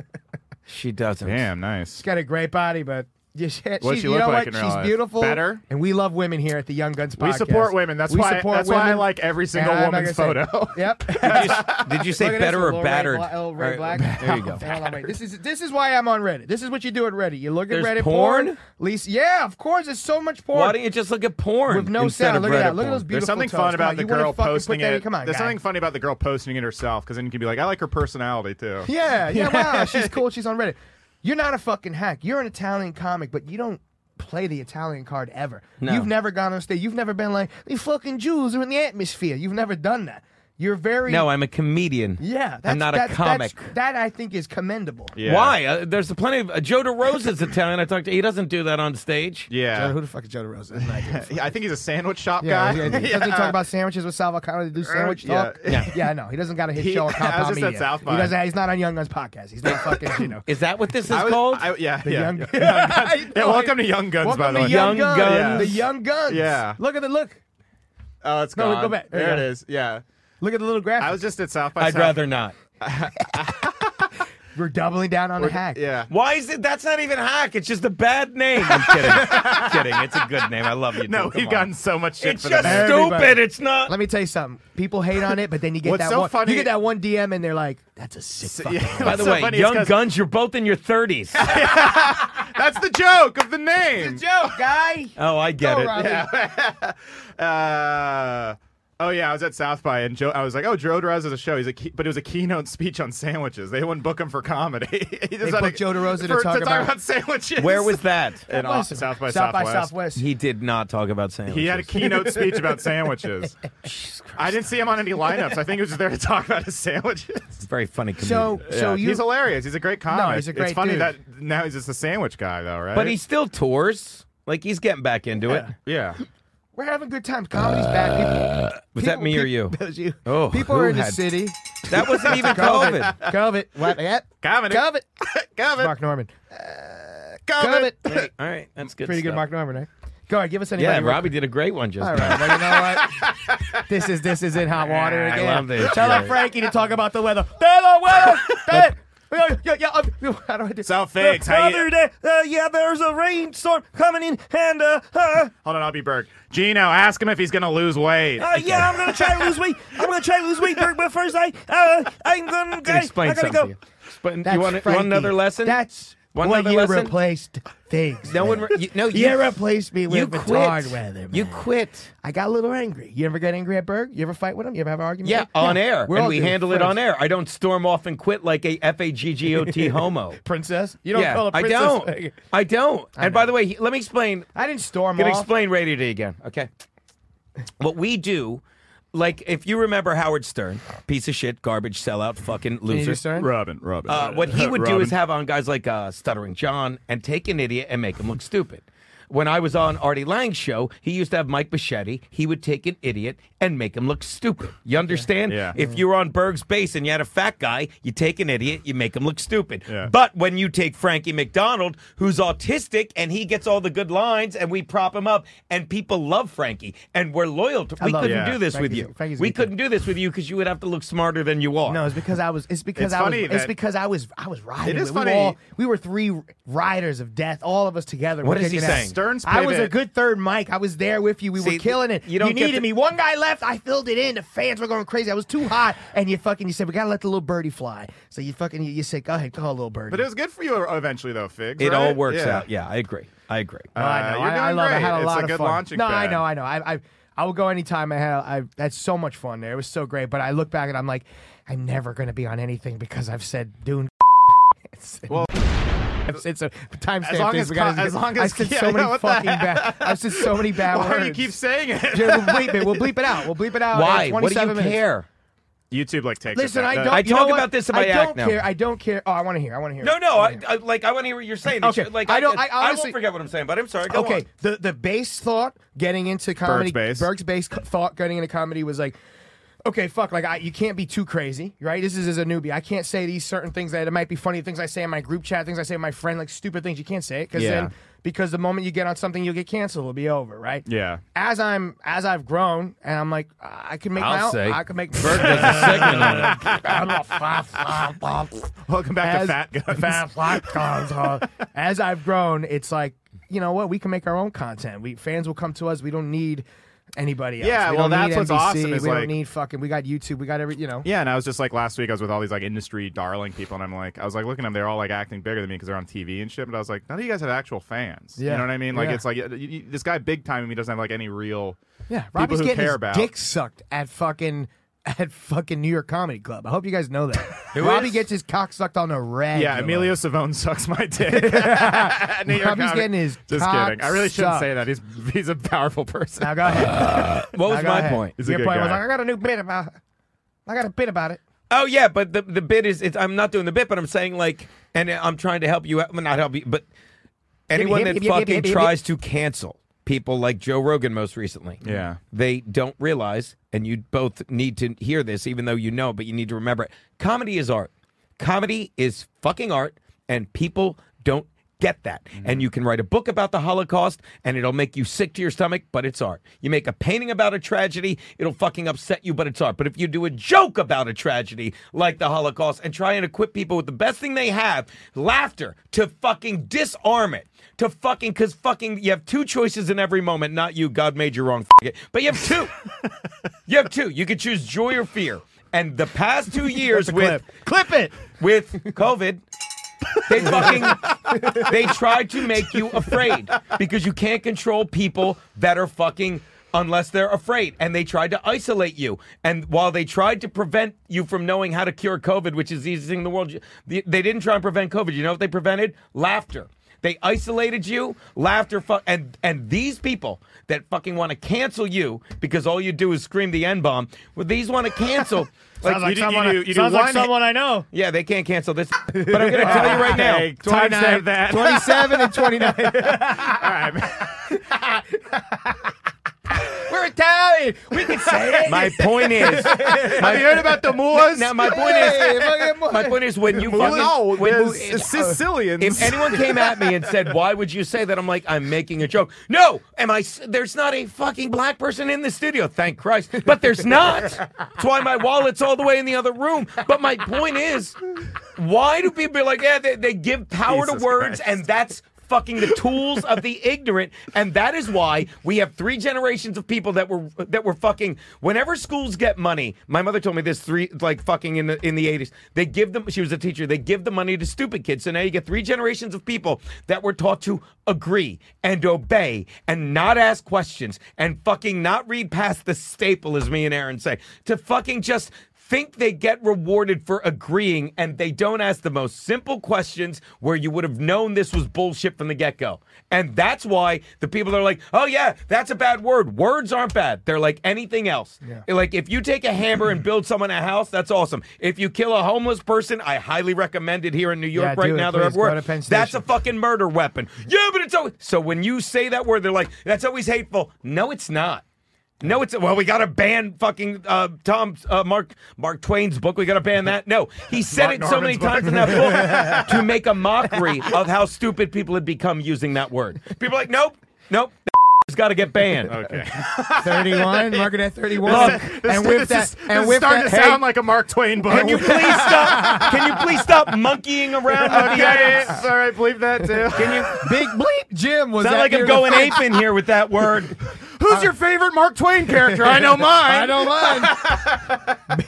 She doesn't. Damn, nice. She's got a great body, but yeah, she, What'd she she you look know what? like in real She's life? beautiful. Better? And we love women here at the Young Guns Podcast. We support women. That's We why. support that's why I women. like every And single I'm not woman's gonna say- photo. Yep. Did you say Look at better this or little battered? Ray, Bla- oh, Ray Or- Black. There you go. Hold on, wait. This is this is why I'm on Reddit. This is what you do at Reddit. You look at There's Reddit porn? Lisa, yeah, of course. There's so much porn. Why don't you just look at porn With no instead sound. of Look at Reddit that. Look at porn? those There's beautiful something toes. fun Come on, about the you wanna girl fucking put posting that in- it. Come on, There's guy. something funny about the girl posting it herself because then you can be like, I like her personality too. Yeah, yeah, wow, she's cool. She's on Reddit. You're not a fucking hack. You're an Italian comic, but you don't play the Italian card ever. No. You've never gone on stage. You've never been like, the fucking Jews are in the atmosphere. You've never done that. You're very. No, I'm a comedian. Yeah, that's, I'm not a that's- that's- comic. That I think is commendable. Yeah. Why? Uh, there's plenty of uh, Joe DeRosa's Italian. I talked to. He doesn't do that on stage. Joe- Yeah. who the fuck is Joe DeRosa? Not good. I think he's a sandwich shop Yeah, guy. yeah, yeah. doesn't he talk about sandwiches with Sal Volcano to do sandwich yeah. talk? yeah, no, he doesn't got a hit He- show on I was Compound just at Media. South He by. doesn't. He's not on Young Guns podcast. He's not fucking. You know, Is that what this is I was- called? I- yeah, the yeah, young. yeah. I Yeah, know. welcome to Young Guns, Welcome by the to way. Young, Young Guns. Guns. The Young Guns. Yeah. Look at the look. Oh, it's No, gone. wait, go back. There There, you it go. is. Yeah. Look at the little graphic. I was just at South by I'd South- rather not. We're doubling down on the hack. Yeah. Why is it? That's not even hack. It's just a bad name. I'm kidding. I'm kidding. It's a good name. I love you. No, dude. Come we've on. gotten so much shit It's for just that. Everybody. stupid. It's not. Let me tell you something. People hate on it, but then you get What's that so one. funny- You get that one DM, and they're like, "That's a sick." fucking Yeah, name." By the what's so way, funny is young 'cause guns, you're both in your 30s. That's the joke of the name. joke, guy. oh, I get Go, it. Robbie. Uh, Oh yeah, I was at South by and Joe. I was like, "Oh, Joe Rouse has a show." He's a key, but it was a keynote speech on sandwiches. They wouldn't book him for comedy. He just had booked Joe DeRosa to for- talk about- sandwiches. Where was that? in Au- Listen, South by South Southwest? by Southwest. He did not talk about sandwiches. He had a keynote speech about sandwiches. I didn't see him on any lineups. I think he was just there to talk about his sandwiches. Very funny comedian. so, so Yeah, you. he's hilarious. He's a great comic. he's a great it's funny dude. that now he's just a sandwich guy, though, right? but he still tours. Like he's getting back into it. yeah. we're having good times. Comedy's bad. People, Uh, Was that people- me or peop- you? That was you. Oh, people who are in the had- city. That wasn't even COVID. COVID. What? Yep. Comedy. COVID. Comedy. Mark Norman. Comedy. COVID. All right, that's good. Pretty good, stuff. Mark Norman. Right? Go ahead. Give us anybody. Yeah, real Robbie did a great one just All now. right, well, you know what? this is this is in hot water Ah, I again. love this Tell shit. Frankie to talk about the weather. Hello, weather. Hey, yeah, yeah, yeah, um, how do I do? So, Figs, The how you- other day, uh, yeah, there's a rainstorm coming in, and uh, uh, Hold on, I'll be Berg. Gino, ask him if he's gonna lose weight. uh, yeah, I'm gonna try to lose weight. I'm gonna try to lose weight, Dirk, but first I, uh, I'm gonna, Can guys, explain I gotta something. go. to you. Explain- you want, want another lesson? That's Want what another you lesson? replaced Figs. no one. with. Re- you, no, you, you, replaced me with you retard quit. weather. Man. You quit. I got a little angry. You ever get angry at Berg? You ever fight with him? You ever have an argument? Yeah, with him? on air, We're and all we good handle it friends. on air. I don't storm off and quit like a f a g g o t homo. Princess, you don't yeah, call a I princess. don't. Peggy. I don't. and by the way, he- let me explain. I didn't storm Can off. explain Radio D again, okay? What we do, like if you remember Howard Stern, piece of shit, garbage, sellout, fucking loser. Robin, Robin. Uh, what he would do Robin. is have on guys like uh, Stuttering John and take an idiot and make him look stupid. When I was on Artie Lang's show, he used to have Mike Bichetti. He would take an idiot and make him look stupid. You understand? Yeah. If you were on Berg's base and you had a fat guy, you take an idiot, you make him look stupid. Yeah. But when you take Frankie McDonald, who's autistic and he gets all the good lines and we prop him up and people love Frankie and we're loyal to We love couldn't him. do this Frankie's- with you. Frankie's a we good kid. couldn't do this with you because you would have to look smarter than you are. No, it's because I was. It's because It's I was. funny It's that- because I was. I was riding. It is with- we were funny. all- we were three riders of death, all of us together. What We're is he kicking ass. saying? Stern's I was a pivot- good third mic. I was there with you. We See, were killing it. you don't get needed to- me. One guy left. I filled it in. The fans were going crazy. I was too hot, and you fucking. You said we gotta let the little birdie fly. So you fucking. You, you said go ahead, call little birdie. But it was good for you eventually, though, Figs. It right? all works out. Yeah, I agree. I agree. No, I Uh, know. you're I, doing I love. It. I great. had a It's lot a of good fun. launching no, I pad. know. I know. I, I I will go anytime. I had. I that's so much fun there. It was so great. But I look back and I'm like, I'm never going to be on anything because I've said Dune. It's, well, I've said so timestamp as long things, as we gotta- co- as long I've as- said yeah, so I many know what the fucking bad. I've said so many bad Why words. do you keep saying it? Dude, we'll bleep it. We'll bleep it out. We'll bleep it out. in Why? What do you 27 minutes. care? YouTube like takes. Listen, it I back. don't. I you know talk what? about this in I my act don't now. care. I don't care. Oh, I want to hear. I want to hear. No, no. wanna I, hear. I like. I want to hear what you're saying. Okay, It's- Like I don't- I, I honestly- won't forget what I'm saying, but I'm sorry. Go okay, on. the the base thought getting into comedy, base. base co- thought getting into comedy was like, okay, fuck, like I, you can't be too crazy, right? This is as a newbie, I can't say these certain things that it might be funny things I say in my group chat, things I say to my friend, like stupid things you can't say because Yeah. then because the moment you get on something, you'll get canceled, it'll be over, right? Yeah. As I'm as I've grown, and I'm like, I can make my I'll own. say. I can make. a segment on it. I'm a fa- fa- fa- Welcome back to as- Fat Guns. Fat Fat Guns, huh? As I've grown, it's like you know what we can make our own content. We fans will come to us. We don't need anybody else. Yeah, we well, don't need that's what's NBC. awesome is We like- don't need fucking. We got YouTube. We got every. You know. Yeah, and I was just like last week, I was with all these like industry darling people, and I'm like, I was like looking at them, they're all like acting bigger than me because they're on TV and shit. But I was like, none of you guys have actual fans. Yeah. You know what I mean? Like Yeah. it's like you, you, this guy big time, and he doesn't have like any real Yeah, people Robbie's who getting care his about. dick sucked at fucking at fucking New York Comedy Club. I hope you guys know that. Robbie is? gets his cock sucked on a rag. Yeah, Emilio Savone sucks my dick. New York Robbie's comic. getting his Just cock kidding. I really shouldn't sucked. say that. He's he's a powerful person. Now go ahead. What was Now go my ahead. point? He's a Your good point was guy. like, I got a new bit about. I got a bit about it. Oh yeah, but the the bit is. It's, I'm not doing the bit, but I'm saying like, and I'm trying to help you out. Well, not help you, but anyone hip, that hip, hip, hip, fucking hip, hip. tries to cancel people like Joe Rogan most recently. Yeah. they don't realize, and you both need to hear this, even though you know, but you need to remember it. Comedy is art. Comedy is fucking art, and people don't get that. And you can write a book about the Holocaust and it'll make you sick to your stomach, but it's art. You make a painting about a tragedy, it'll fucking upset you, but it's art. But if you do a joke about a tragedy like the Holocaust and try and equip people with the best thing they have, laughter, to fucking disarm it, to fucking, cause fucking, you have two choices in every moment. Not you, God made you wrong, fuck it. But you have two. you have two. You can choose joy or fear. And the past two years with clip it. with COVID. They fucking they try to make you afraid because you can't control people that are fucking unless they're afraid and they tried to isolate you and while they tried to prevent you from knowing how to cure covid which is the easiest thing in the world you- they they didn't try and prevent covid you know what they prevented laughter they isolated you laughter fu- and and these people that fucking want to cancel you because all you do is scream the n-bomb well these want to cancel like, Sounds like, do- you someone, do- you do sounds like one- Oh, someone I know. yeah, they can't cancel this. But I'm going to tell you right Hey, now. timestamp Timestamp that. 27 and 29. We're Italian. We can say it. My point is. Have you heard about the Moors? Now my point is. My point is when you fucking, no, when there's you- Sicilians. uh, if anyone came at me and said, "Why would you say that?" I'm like, "I'm making a joke." No, am I? s- There's not a fucking black person in the studio, thank Christ. But there's not. That's why my wallet's all the way in the other room. But my point is, why do people be like, "Yeah, they, they give power Jesus to words," Christ. and that's fucking the tools of the ignorant and that is why we have three generations of people that were that were fucking whenever schools get money my mother told me this three like fucking in the in the 80s they give them she was a teacher they give the money to stupid kids so now you get three generations of people that were taught to agree and obey and not ask questions and fucking not read past the staple as me and Aaron say to fucking just think they get rewarded for agreeing and they don't ask the most simple questions where you would have known this was bullshit from the get-go. And that's why the people that are like, "Oh yeah, that's a bad word. Words aren't bad. They're like anything else." Like if you take a hammer and build someone a house, that's awesome. If you kill a homeless person, I highly recommend it here in New Yeah, York right do it, now. They're please. at Go work. to Penn That's a Station. fucking murder weapon. Yeah, but it's always So when you say that word, they're like, "That's always hateful." No, it's not. No, it's well. We got to ban fucking uh, Tom uh, Mark Mark Twain's book. We got to ban that. No, he said Mark it so many Norman's times in that book to make a mockery of how stupid people had become using that word. People are like, nope, nope, has got to get banned. okay. 31. Mark it at 31. Look, and this, with that, is- this and is with starting that, to sound like a Mark Twain book. Can you please stop? Can you please stop monkeying around with the okay, edits? it's all right, believe that too. Can you? big bleep. Jim was It's not that like near I'm the going fence? ape in here with that word. Who's your favorite Mark Twain character? I know mine. I don't mind.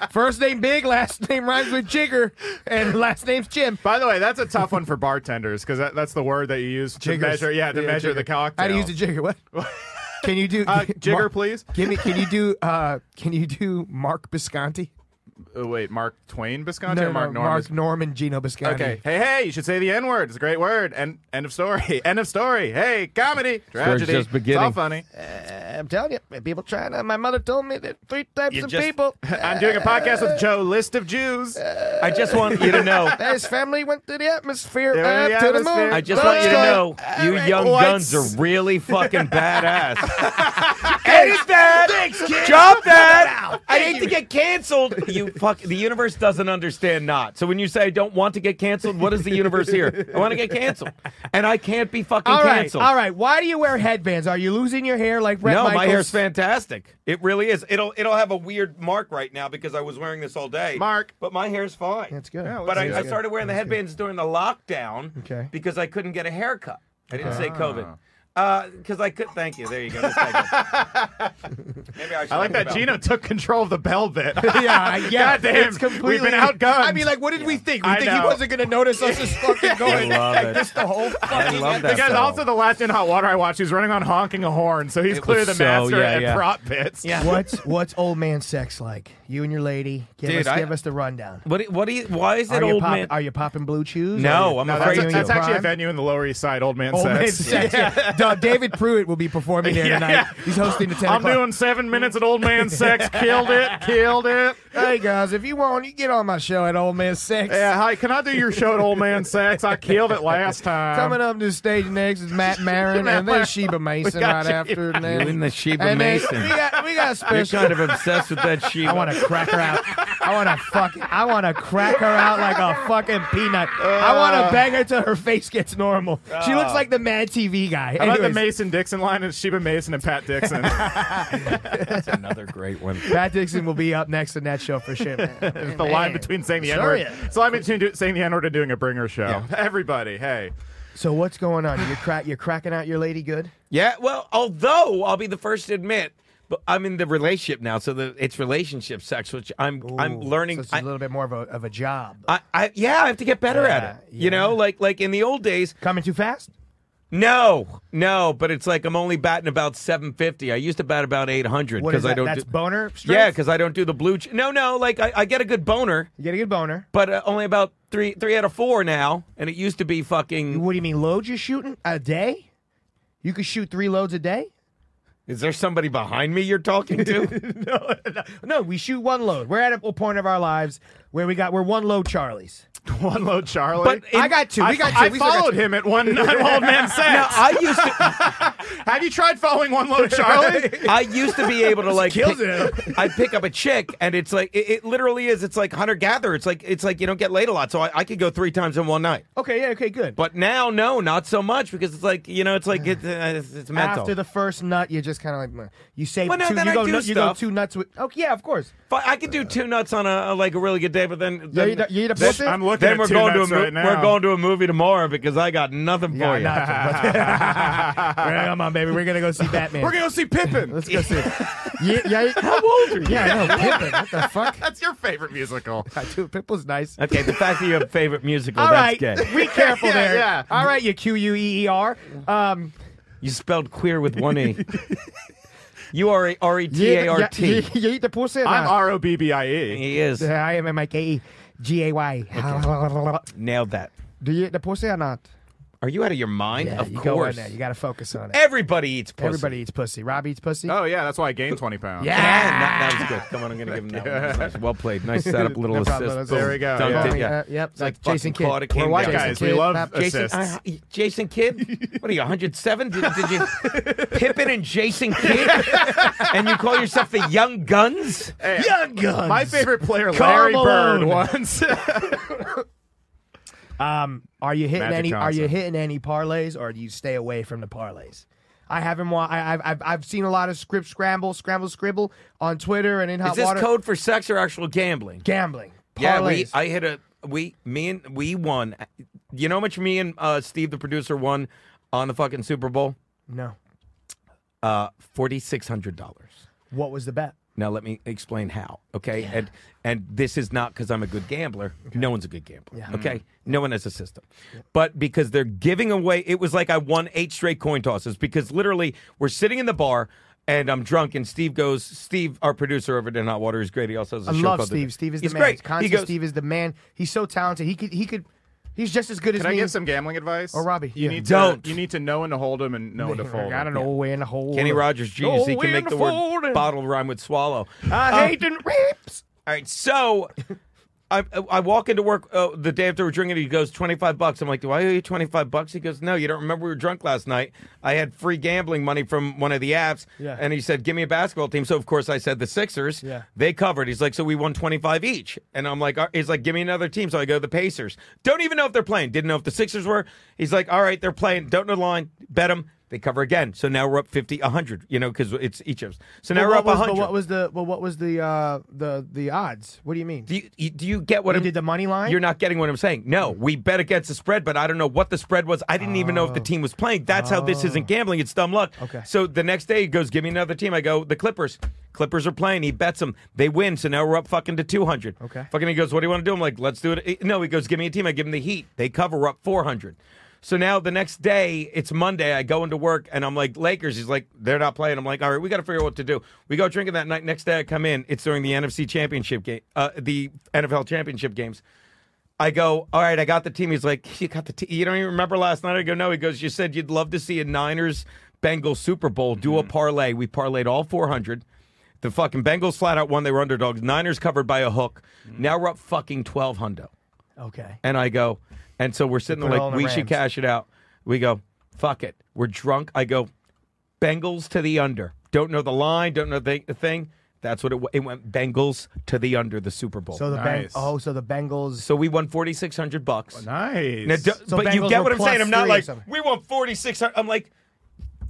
First name Big, last name rhymes with Jigger, and last name's Jim. By the way, that's a tough one for bartenders because that, that's the word that you use to Jiggers. measure. Yeah, to measure the jigger. How cocktail. to use a jigger? What? Can you do Uh, jigger, Mark- please? Give me. Can you do? Uh, can you do Mark Bisconti? Oh, wait, Mark Twain Visconti or Mark Norman? Mark Norman, Gino Bisconti. Okay. Hey, hey, you should say the N word. It's a great word. End, end of story. End of story. Hey, comedy. Tragedy. just It's all beginning. funny. I'm telling you, people trying to. My mother told me that three types You of just- people. I'm doing a podcast with Joe List of Jews. I just want you to know. His family went to the atmosphere, They went uh, to to the the atmosphere. moon. I just want you to know, you young whites. guns are really fucking badass. Edit that. Thanks, kid. Drop that. I hate to get canceled. You fuck. The universe doesn't understand not. So when you say I don't want to get canceled, what is the universe here? I want to get canceled, and I can't be fucking All right, canceled. all right. Why do you wear headbands? Are you losing your hair like Brett No, Michaels? my hair's fantastic. It really is. It'll it'll have a weird mark right now because I was wearing this all day. Mark. but my hair's fine. That's good. Yeah, it but looks I, I good. started wearing the headbands during the lockdown. Okay. Because I couldn't get a haircut. I didn't say COVID. Because I could. Thank you. There you go. This guy goes. Maybe I, should I like that about- Gino took control of the bell bit. yeah, yeah. Goddamn, It's completely. we've been outgunned. I mean, like, what did we think? We I think know. he wasn't going to notice us just fucking going I love like it. this the whole fucking. love that. Because So- also the last in hot water I watched, he's running on honking a horn, so he's It clearly was the so- master yeah, at yeah. prop bits. Yeah. What's what's old man sex like? You and your lady. Give Dude, us I- give us the rundown. What? do you- What do you? Why is it Are you, old pop- man? are you popping blue chews? No, Are you- I'm No, afraid Right that's, a, in that's your actually a prime? venue in the Lower East Side, Old Man Old man Sex. sex. Yeah. Da- David Pruitt will be performing there Yeah. tonight. He's hosting the ten I'm o'clock. doing seven minutes at Old Man Sex. Killed it. Killed it. Hey guys, if you want, you get on my show at Old Man Sex. Yeah, hi. Can I do your show at Old Man Sex? I killed it last time. Coming up to stage next is Matt Marin and then Sheba Mason got right after. And then, You and the Sheba and then Mason. We got we got a You're special. kind of obsessed with that sheep. I want to crack her out. I want to fucking, I want to crack her out like a fucking peanut. I want to bang her till her face gets normal. She looks like the Mad TV guy. How about the Anyways, Mason Dixon line? It's Sheba Mason and Pat Dixon. the That's another great one. Pat Dixon will be up next in that show for sure. man. line between saying the N Sure, word. yeah. It's the line between do- saying the N word and doing a bringer show. Everybody, hey. So what's going on? You're crack, you're cracking out your lady good. Yeah, well, although I'll be the first to admit, but I'm in the relationship now, so the, it's relationship sex, which I'm I'm Ooh, learning. So it's I- a little bit more of a of a job. I, I yeah, I have to get better at Yeah, it. You know, like like in the old days, Coming too fast? no, no, but it's like I'm only batting about 750. I used to bat about 800 What is because I that? don't. That's do, boner. Strength? yeah, because I don't do the blue. Ch- no, no, like I, I get a good boner, you get a good boner. but uh, only about three three out of four now, and it used to be fucking. What do you mean loads you're shooting a day? You could shoot three loads a day. Is there somebody behind me you're talking to? no, no, no, we shoot one load. We're at a point of our lives where we got we're one load Charlies. One load Charlie. But in- I got two. I, we got two. I we still got followed two. him at one nine old man sex. now I used to. Have you tried following one load Charlie? I used to be able to like kills pick, I pick up a chick and it's like it, it literally is. It's like hunter gatherer. It's like it's like you don't get laid a lot, so I, I could go three times in one night. Okay, yeah, okay, good. But now, no, not so much because it's like you know, it's like it, uh, it's, it's mental. after the first nut, you're just kind of like meh. you say Well, no, two. then you I go do nut- you go stuff. two nuts with. Oh yeah, of course. But I could do two nuts on a, like a really good day, but then, Yeah, then you, d- you eat a then- pussy. I'm looking then at we're two going to a nuts mo- right now. we're going to a movie tomorrow because I got nothing Yeah, for you. not- but- Come on, baby, we're gonna go see Batman. We're gonna go see Pippin. Let's go see. it. yeah, yeah, how old are you? Yeah, no, Pippin. What the fuck? That's your favorite musical. I do. Pippin's nice. Okay, the fact that you have favorite musical, All that's right, gay. be careful Yeah, there. yeah. All right, you Q U E E R. Um, You spelled queer with one e. You are a R E T A R You, T. you, you eat the pussy. or I'm not? R O B B I E. He is. I am M I K E G A Y. Nailed that. Do you eat the pussy or not? Are you out of your mind? Yeah, of you Go in course. there. You got to focus on it. Everybody eats pussy. Everybody eats pussy. Rob eats pussy. Oh yeah, that's why I gained 20 pounds. Ah, Yeah. that, that was good. Come on, I'm gonna give him that. One. That was nice. Well played. Nice setup. Little No assist. problem. Boom. There we go. Dunked Yeah. it, yeah. Uh, yep. It's like Like Jason fucking Kidd. Claude, it came We're white down. Jason guys. We Kidd, love Pap- Jason, assists. I, Jason Kidd. What are you, 107? Did, did you Pippin and Jason Kidd? and you call yourself the Young Guns? Young Guns. My favorite player, Carl Larry Bird, Malone. once. Um, are you hitting Magic any? Are you concept. hitting any parlays, or do you stay away from the parlays? I haven't. Wa- I, I've, I've I've seen a lot of script scramble, scramble, scribble on Twitter and in hot Is this water. code for sex or actual gambling? gambling. Parlays. Yeah, we, I hit a we me and we won. You know how much me and uh, Steve the producer won on the fucking Super Bowl? no. Uh, forty six hundred dollars. What was the bet? Now let me explain how. Okay, and and this is not because I'm a good gambler. No one's a good gambler. Yeah. Mm-hmm. Okay, no one has a system, but because they're giving away. It was like I won eight straight coin tosses because literally we're sitting in the bar. And I'm drunk, and Steve goes. Steve, our producer over at Not Water, is great. He also has a I show love called The- Steve. Steve is He's the man. great. Constant he goes, Steve is the man. He's so talented. He could. He could. He's just as good as Can I me. give some gambling advice? Oh, Robbie. you Yeah. need Don't. To, you need to know when to hold him and know when to fold. I don't 'em. know way in a hole. Kenny Rogers, genius. he can in make the folding. word bottle rhyme with swallow. Uh, I hate the rips. All right, so I I walk into work uh, the day after we're drinking. He goes twenty five bucks. I'm like, do I owe you twenty five bucks? He goes, no, you don't remember we were drunk last night. I had free gambling money from one of the apps, Yeah. and he said, give me a basketball team. So of course I said the Sixers. Yeah. they covered. He's like, so we won twenty five each, and I'm like, uh, he's like, give me another team. So I go the Pacers. Don't even know if they're playing. Didn't know if the Sixers were. He's like, all right, they're playing. Don't know the line. Bet them. They cover again. So now we're up 50, 100, you know, because it's each of us. So now But we're what up was, 100. but what was the? But what was the? Uh, the the odds? What do you mean? Do you, you- do you get what You I'm, did the money line? Mm. You're not getting what I'm saying. No, we bet against the spread, but I don't know what the spread was. I didn't even know if the team was playing. That's how this isn't gambling. It's dumb luck. Oh. Okay. So the next day he goes, give me another team. I go, the Clippers. Clippers are playing. He bets them. They win. So now we're up fucking to 200. Okay. Fucking he goes, what do you want to do? I'm like, let's do it. No, he goes, give me a team. I give him the Heat. They cover we're up 400. So now the next day, it's Monday. I go into work and I'm like, Lakers. He's like, they're not playing. I'm like, all right, we got to figure out what to do. We go drinking that night. Next day, I come in. It's during the NFC championship game, uh, the NFL championship games. I go, all right, I got the team. He's like, you got the team. You don't even remember last night. I go, no. He goes, you said you'd love to see a Niners Bengals Super Bowl. Do a Mm-hmm. parlay. We parlayed all 400. The fucking Bengals flat out won. They were underdogs. Niners covered by a hook. Mm-hmm. Now we're up fucking 12 hundo. okay. And I go, and so we're sitting put there it all in like, the we should Rams. cash it out. We go, fuck it. We're drunk. I go, Bengals to the under. Don't know the line, don't know the the thing. That's what it wa- it went. Bengals to the under the Super Bowl. So So, the Beng- Nice. oh, so the Bengals. we won forty six hundred bucks. Nice. Now, do- So but you Bengals get were what I'm saying. plus I'm not three or like something. we won 46. I'm like,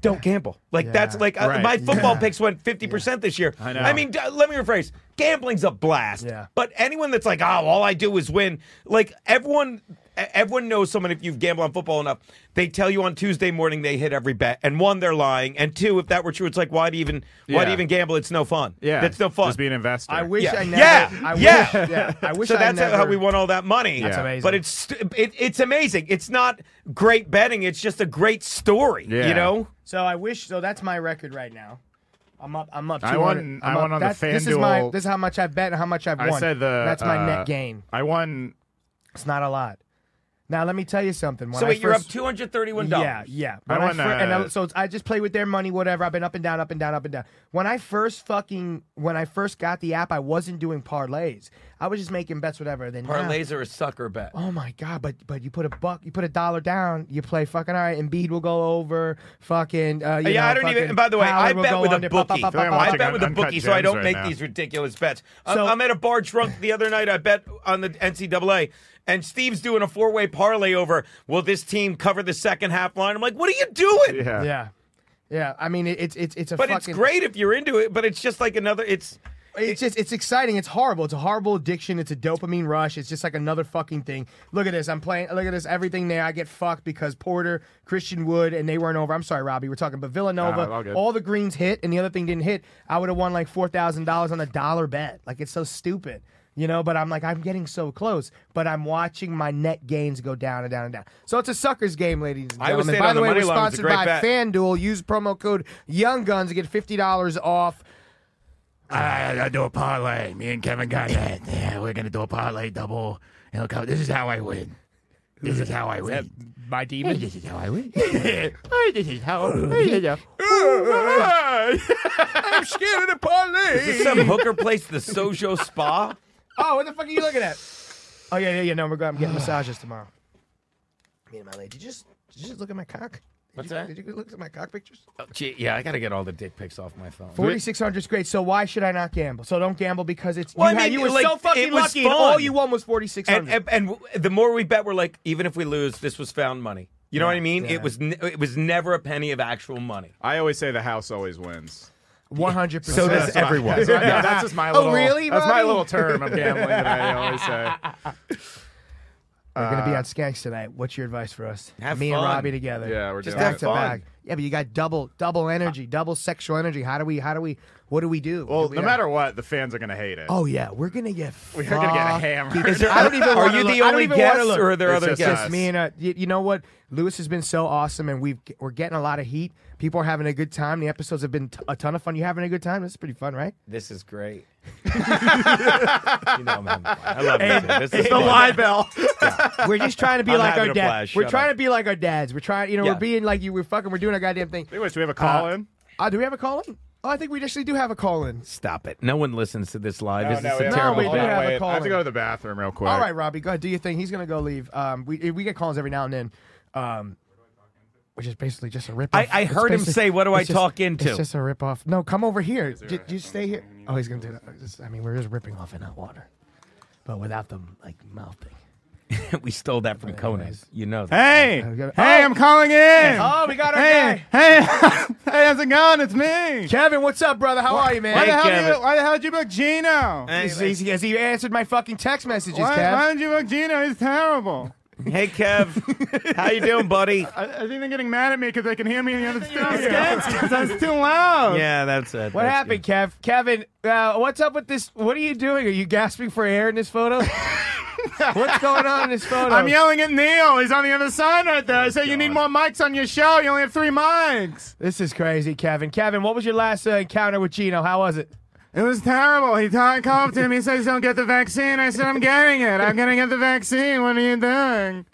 don't gamble. Like that's Yeah. like uh, Right. my football Yeah. picks went 50 percent this year. I know. I mean, d- let me rephrase. Gambling's a blast. Yeah. But anyone that's like, oh, all I do is win. Like everyone. e- Everyone knows someone if you've gambled on football enough. They tell you on Tuesday morning they hit every bet, and one they're lying, and two, if that were true, it's like why do you even why do Yeah. you even gamble? It's no fun. yeah. that's no fun. Just be an investor. I wish Yeah. I never. Yeah. I Yeah. Wish, yeah. I wish. so I that's never, how we won all that money. That's Yeah. amazing. But it's st- it, it's amazing. It's not great betting. It's just a great story. Yeah. You know. So I wish. So that's my record right now. I'm up. I'm up. I 200 won- I'm I up- won on the that's- This is my. FanDuel. This is how much I bet and how much I've I won. said the. That's my uh, net gain. I won. It's not a lot. Now let me tell you something. When So I wait, you you're up first- two hundred thirty-one Yeah, dollars. yeah. I When I won, fir- and I- uh, so it's, I just play with their money, whatever. I've been up and down, up and down, up and down. When I first fucking when I first got the app, I wasn't doing parlays. I was just making bets, whatever. Then now- Parlays are a sucker bet. Oh my god! But but you put a buck, you put a dollar down, you play fucking all right. Embiid will go over, fucking. Uh, you yeah, know, I don't even. fucking and by the way, I Howard will bet go with under, a pa, pa, bookie. pa, pa, I'm pa, I watching pa. bet with a Uncut bookie, so I Gems don't right make now. these ridiculous bets. I- So- I'm at a bar drunk the other night. I bet on the NCAA, and Steve's doing a four-way parlay over. Will this team cover the second half line? I'm like, what are you doing? Yeah. Yeah, yeah. I mean, it, it's it's it's a But fucking. it's great if you're into it. But it's just like another. It's It's just it's exciting. It's horrible. It's a horrible addiction. It's a dopamine rush. It's just like another fucking thing. Look at this. I'm playing. Look at this. Everything there. I get fucked because Porter, Christian Wood, and they weren't over. I'm sorry, Robbie. We're talking, but Villanova. Nah, all good. all the greens hit, and the other thing didn't hit. I would have won like four thousand dollars on a dollar bet. Like it's so stupid. You know, but I'm like, I'm getting so close, but I'm watching my net gains go down and down and down. So it's a sucker's game, ladies and I gentlemen. was saying By on the the way, money we're line was a sponsored great by bet. FanDuel. Use promo code Young Guns to get fifty dollars off. I, I do a parlay. Me and Kevin got that. Yeah, we're gonna do a parlay double. And look how this is how I win. This is how I win. My Hey, demon. this is how I win. Hey, this is how. hey, yeah. I'm scared of the parlay. Is some hooker place, the Sojo Spa. Oh, what the fuck are you looking at? Oh yeah, yeah, yeah. No, we're going. I'm getting massages tomorrow. Me and my lady. Did you just, did you just look at my cock? Did What's you, that? Did you look at my cock pictures? Oh, gee, yeah, I gotta get all the dick pics off my phone. Forty six hundred is great. So why should I not gamble? So don't gamble because it's Well, you, I had- mean, you were like, so fucking it was lucky. and fun. all you won was forty six And, hundred. and and w- the more we bet, we're like, even if we lose, this was found money. You know what I mean? yeah. It was ne- it was never a penny of actual money. I always say the house always wins. One hundred percent. So does everyone. That's, yeah, that's just my Oh, little. really, That's my Robbie? little term of gambling that I always say. We're gonna be on Skanks tonight. What's your advice for us? Have Me fun. and Robbie together. Yeah, we're just doing back it. to back. Yeah, but you got double double energy, double sexual energy. How do we? How do we? What do we do? Well, Do we no have- matter what, the fans are gonna hate it. Oh yeah, we're gonna get. We're gonna get hammered. Is there, I don't even are wanna you look- I the don't only even wanna guest, look. or are there It's other just guests? us. me and uh, you, you know what? Lewis has been so awesome, and we've we're getting a lot of heat. People are having a good time. The episodes have been t- a ton of fun. You having a good time? This is pretty fun, right? This is great. you know, man, I love this. This is fun. bell. We're just trying to be I'm like having our a dads. blast. We're Shut trying up. to be like our dads. We're trying, you know, Yeah. we're being like you. We're fucking. We're doing our goddamn thing. Anyways, do we have a Oh, call in? Uh, do we have a call in? Oh, I think we actually do have a call in. Stop it! No one listens to this live. this no, is we a have- terrible. we do hold on, have a wait. call I have to in. go to the bathroom real quick. All right, Robbie, go ahead. Do your thing. He's gonna go leave. Um, we we get calls every now and then. Um. Which is basically just a rip. I- I heard him say, "What do I talk into?" It's just a rip off. No, come over here. J- just stay here. Oh, he's gonna do that. Just- I mean, we're just ripping off in hot water, but without the like mouth thing. we stole that from Conan. You know. That. Hey, we hey, got- Oh. I'm calling in. Oh, we got our Hey, guy, hey, hey, how's it going? It's me. Kevin. What's up, brother? How are you, man? Why Hey, the hell do Kevin. you? Why the hell did you book Gino? Hey, He's- he's- has he answered my fucking text messages, Why, Kev? why did you book Gino? He's terrible. hey, Kev, how you doing, buddy? I, I think they're getting mad at me because they can hear me in the other studio. That's too loud. Yeah, that's it. What happened, Kev? Kevin, uh, what's up with this? What are you doing? Are you gasping for air in this photo? what's going on in this photo? I'm yelling at Neil. He's on the other side right there. I said, You need more mics on your show. You only have three mics. This is crazy, Kevin. Kevin, what was your last uh, encounter with Gino? How was it? It was terrible. He t- called to me. He says, Don't get the vaccine. I said, I'm getting it. I'm going to get the vaccine. What are you doing?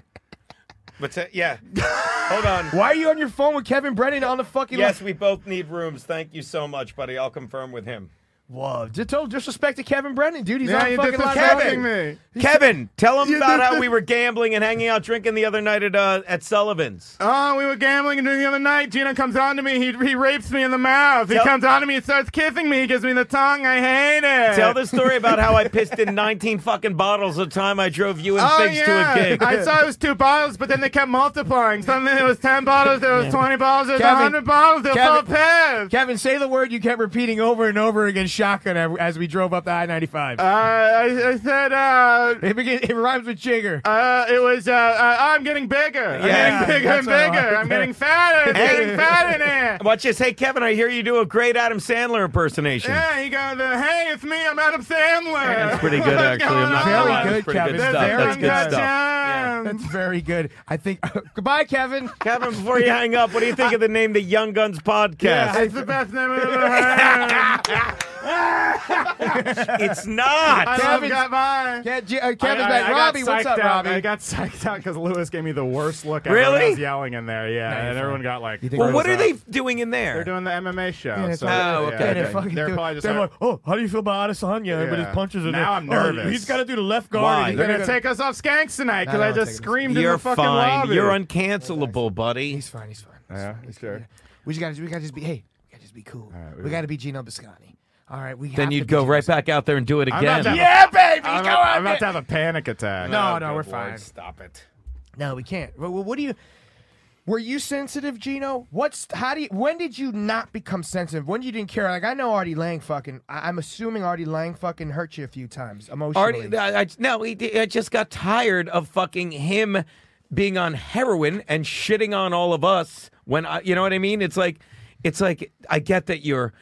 What's that? Yeah. Hold on. Why are you on your phone with Kevin Brennan on the fucking? Yes, we both need rooms. Thank you so much, buddy. I'll confirm with him. Whoa, just total disrespect to Kevin Brennan, dude. He's Yeah, on you fucking live disrespecting radio. me. Kevin, tell him You about did how the- we were gambling and hanging out drinking the other night at uh, at Sullivan's. Oh, we were gambling and drinking the other night. Gino comes on to me. He, he rapes me in the mouth. He Tell- comes on to me and starts kissing me. He gives me the tongue. I hate it. Tell the story about how I pissed in 19 fucking bottles the time I drove you and Oh, Figs yeah. to a gig. I saw it was two bottles, but then they kept multiplying. Suddenly there was 10 bottles, there was 20 bottles, there was Kevin- 100 bottles. They were all Kevin- pissed. Kevin, say the word you kept repeating over and over again, shotgun, as- as we drove up the I ninety five. Uh, I, I said, uh, It begin, it rhymes with jigger. Uh, it was. Uh, uh, I'm getting bigger. Yeah, I'm getting bigger that's and what I bigger. like. I'm getting fatter. I'm getting fatter now. Watch this. Hey, Kevin, I hear you do a great Adam Sandler impersonation. Yeah, he got the. Hey, it's me. I'm Adam Sandler. That's pretty good, What's actually. going I'm not Very gonna lie. on? good, That's pretty Kevin. good stuff. Very That's good good. stuff. That's very good. I think. uh, goodbye, Kevin. Kevin, before you hang up, what do you think of the name the Young Guns podcast? It's the best name I've ever heard. it's not. I love Kevin's- got mine. Ke- G- uh, Kevin's I- I- back. I got Robbie, what's psyched up, out. Robbie? I got psyched out because Lewis gave me the worst look ever. when Really? I was yelling in there, yeah. you're and fine. everyone got like. You think- well, what froze are they up. doing in They're there? doing the MMA show. Yeah, it's so, like- Oh, yeah, okay. And Yeah, it they're, fucking they're do- probably just they're like, like, oh, how do you feel about Adesanya? But his Yeah. punches are Now there. I'm Oh, nervous. he's got to do the left guard. Why? He's They're gotta gonna go- take us off skanks tonight because No, I no, just take it. screamed in You're the fucking fine. lobby. You're uncancelable, buddy. He's fine. He's fine. Yeah, sure. We just got to. We got to just be. Hey, we got to just be cool. we got to be Gino Biscotti. All right. We. have Then to you'd be go Gino right back out there and do it I'm not again. that- Yeah, baby. I'm, go about, out I'm about to there. have a panic attack. No, no, we're fine. Stop it. No, we can't. Well, well, what do you? Were you sensitive, Gino? What's how do you? When did you not become sensitive? When you didn't care? Like I know Artie Lang fucking. I, I'm assuming Artie Lang fucking hurt you a few times emotionally. Artie, I, I, no, he, I just got tired of fucking him being on heroin and shitting on all of us. When I, you know what I mean? It's like, it's like I get that you're,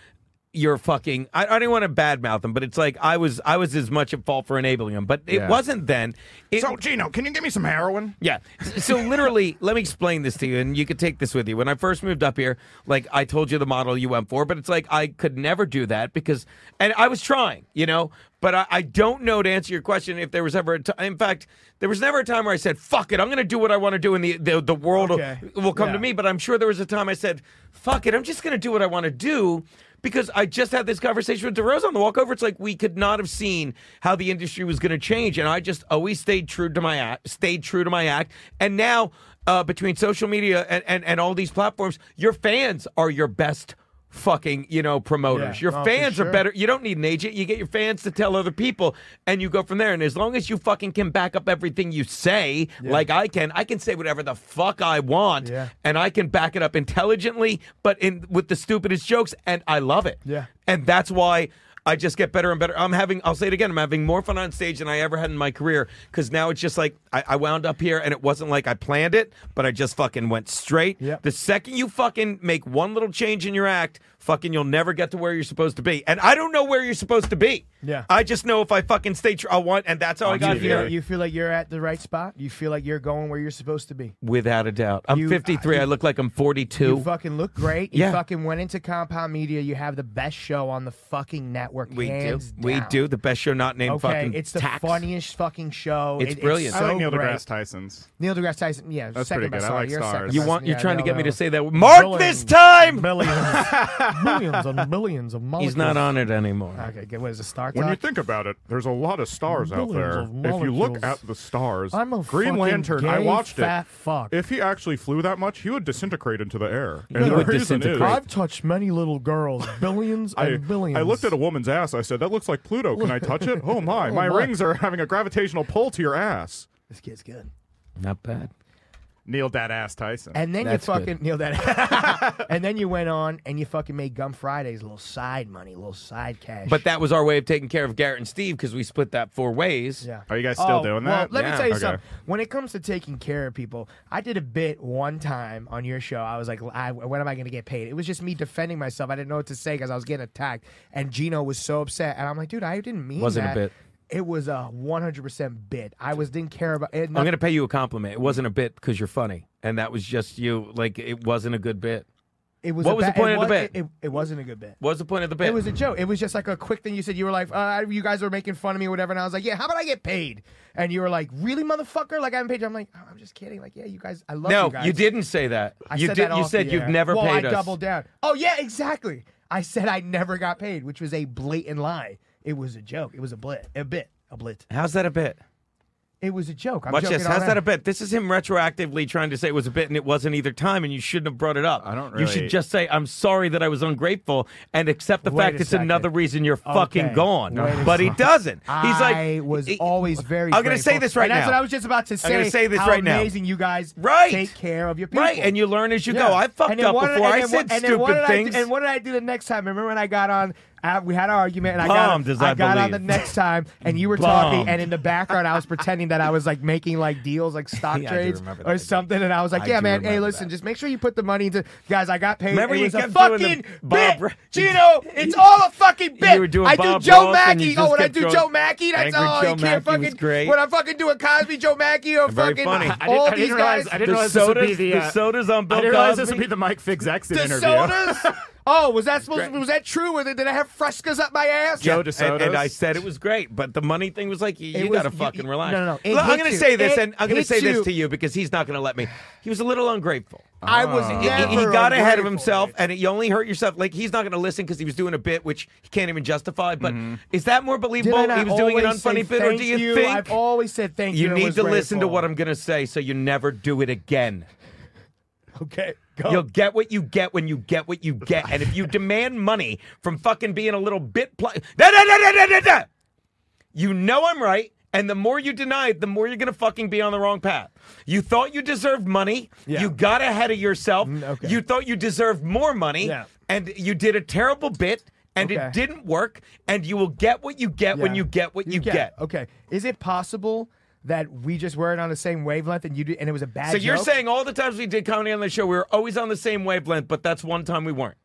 you're fucking. I, I don't want to badmouth him, but it's like I was, I was as much at fault for enabling him, but it Yeah. wasn't then. It, So, Gino, can you give me some heroin? Yeah. S- So literally, let me explain this to you, and you can take this with you. When I first moved up here, like I told you the model you went for, but it's like I could never do that because, and I was trying, you know, but I, I don't know to answer your question if there was ever a time. In fact, there was never a time where I said, "Fuck it, I'm going to do what I want to do," and the the, the world Okay. will, will come to Yeah. me. But I'm sure there was a time I said, "Fuck it, I'm just going to do what I want to do." Because I just had this conversation with DeRose on the walkover. It's like we could not have seen how the industry was going to change, and I just always stayed true to my act. Stayed true to my act, and now uh, between social media and, and and all these platforms, your fans are your best fucking you know promoters. Yeah. Your Oh, for fans are sure. better. You don't need an agent. You get your fans to tell other people, and you go from there. And as long as you fucking can back up everything you say, like I can, I can say whatever the fuck I want, Yeah. and I can back it up intelligently, but in with the stupidest jokes, and I love it. Yeah. and that's why. I just get better and better. I'm having, I'll say it again, I'm having more fun on stage than I ever had in my career because now it's just like I, I wound up here and it wasn't like I planned it, but I just fucking went straight. Yep. The second you fucking make one little change in your act, fucking you'll never get to where you're supposed to be. And I don't know where you're supposed to be. Yeah. I just know if I fucking stay true, I want, and that's how I Do you got feel, here. you feel like you're at the right spot. You feel like you're going where you're supposed to be. Without a doubt. I'm You- 53. I look like I'm 42. You fucking look great. You Yeah. fucking went into Compound Media. You have the best show on the fucking network. we do. hands We down. do. The best show not named Okay, fucking it's the Tax. funniest fucking show. It's It- brilliant. so I like Neil great. deGrasse Tyson's. Neil deGrasse Tyson. Yeah, That's second pretty best. good. I Sorry, like you're stars. second You best. want? You're Yeah, trying to no, get me no. to say that. Mark this time. Millions, millions and millions of molecules. He's not on it anymore. Okay, good. What is it, Star When you Talk? think about it, there's a lot of stars out Billions there. of If you look molecules. at the stars, I'm a Green fucking Lantern, I gay, watched fat it. fuck. If he actually flew that much, he would disintegrate into the air. And He the would reason is- disintegrate. I've touched many little girls, billions I, I looked at a woman's ass. I said, "That looks like Pluto. Can I touch it? Oh my! my. my, rings are having a gravitational pull to your ass." This kid's good. Not bad. Neil that ass Tyson. And then That's you good. fucking Neil that. and then you went on and you fucking made Gum Fridays a little side money, a little side cash. But that was our way of taking care of Garrett and Steve because we split that four ways. Yeah. Oh, Are you guys still doing well, that? let me Yeah. tell you Okay. something. When it comes to taking care of people, I did a bit one time on your show. I was like, I, when am I going to get paid? It was just me defending myself. I didn't know what to say because I was getting attacked. And Gino was so upset. And I'm like, dude, I didn't mean Wasn't a that. bit. It was a 100% bit. I was didn't care about it. I'm going to pay you a compliment. It wasn't a bit because you're funny. And that was just you. Like, it wasn't a good bit. it was a what was the ba- point it of the wa- bit? It, it wasn't a good bit. What was the point of the bit? It was a joke. It was just like a quick thing you said. You were like, uh, you guys were making fun of me or whatever. And I was like, yeah, how about I get paid? And you were like, really, motherfucker? Like, I haven't paid you. I'm like, oh, I'm just kidding. Like, yeah, you guys, I love no, you guys. you didn't say that. I you said did. that you off said the you've air. never well, paid I us. doubled down. Oh yeah, exactly. I said I never got paid, which was a blatant lie. It was a joke. It was a blit, a bit, a blit. How's that a bit? It was a joke. I'm Watch joking this. all How's that a night. bit? This is him retroactively trying to say it was a bit and it wasn't either time, and you shouldn't have brought it up. I don't You really- should just say, I'm sorry that I was ungrateful and accept the Wait fact a it's another second. reason you're fucking Okay. gone. Wait a But he doesn't. He's like, I was he- always very. I'm gonna say grateful. this right and That's now. what I was just about to say. gonna say this how right now. Amazing, you guys. Right. Take care of your people. Right, and you learn as you Yeah. go. I fucked And then up what before did- I, and then said what- and then what stupid did I do- things. and what did I do the next time? Remember when I got on? I, we had an argument, and I got on, Bombed, as I I got on the believe. next time, and you were talking, and in the background, I was pretending that I was like making like deals, like stock Yeah, I do trades remember that. or something, and I was like, I "Yeah, do man, hey, remember listen, that. just make sure you put the money into guys. I got paid. Remember it you was a kept doing the fucking Bob bit, Ross- Gino. It's all a fucking bit. were doing I do Bob Joe Ross, and you Mackey. just Oh, when I kept do going, Joe Mackey, that's Angry oh, Joe you Mackey can't was fucking great. when I fucking do a Cosby Joe Mackey or Very fucking funny. all I these didn't guys. realize, I didn't The realize sodas, this would be the, uh, sodas on Bill I didn't realize this Cosby. would be the Mike Figgs exit the interview. sodas. oh, was that supposed? to Was that true? Or did I have frescas up my ass? Joe and, DeSoto's. and I said it was great, but the money thing was like, you, It you was- gotta you- fucking you- relax. no, no, no. It Look, I'm hit gonna you. say this, It and I'm gonna hit say you. this to you because he's not gonna let me. He was a little ungrateful. I was Ah. He- never. he got ahead of ungrateful. himself, and it, you only hurt yourself. Like he's not going to listen because he was doing a bit which he can't even justify. But is that more Mm-hmm. Didn't believable? I He was doing an always say unfunny bit, or thank do you, think I've always said thank you? you and need was to listen to what I'm grateful. going to say so you never do it again? Okay, go. You'll get what you get when you get what you get, and if you demand money from fucking being a little bit pl- da, da, da, da, da, da, da. you know I'm right. And the more you deny it, the more you're gonna fucking be on the wrong path. You thought you deserved money. Yeah. Mm, You got ahead of yourself. okay. You thought you deserved more money. Yeah. And you did a terrible bit, and Okay. it didn't work. And you will get what you get Yeah. when you get what you, get. Okay, is it possible that we just weren't on the same wavelength and you did, and it was a bad? So you're joke? saying all the times we did comedy on the show, we were always on the same wavelength, but that's one time we weren't.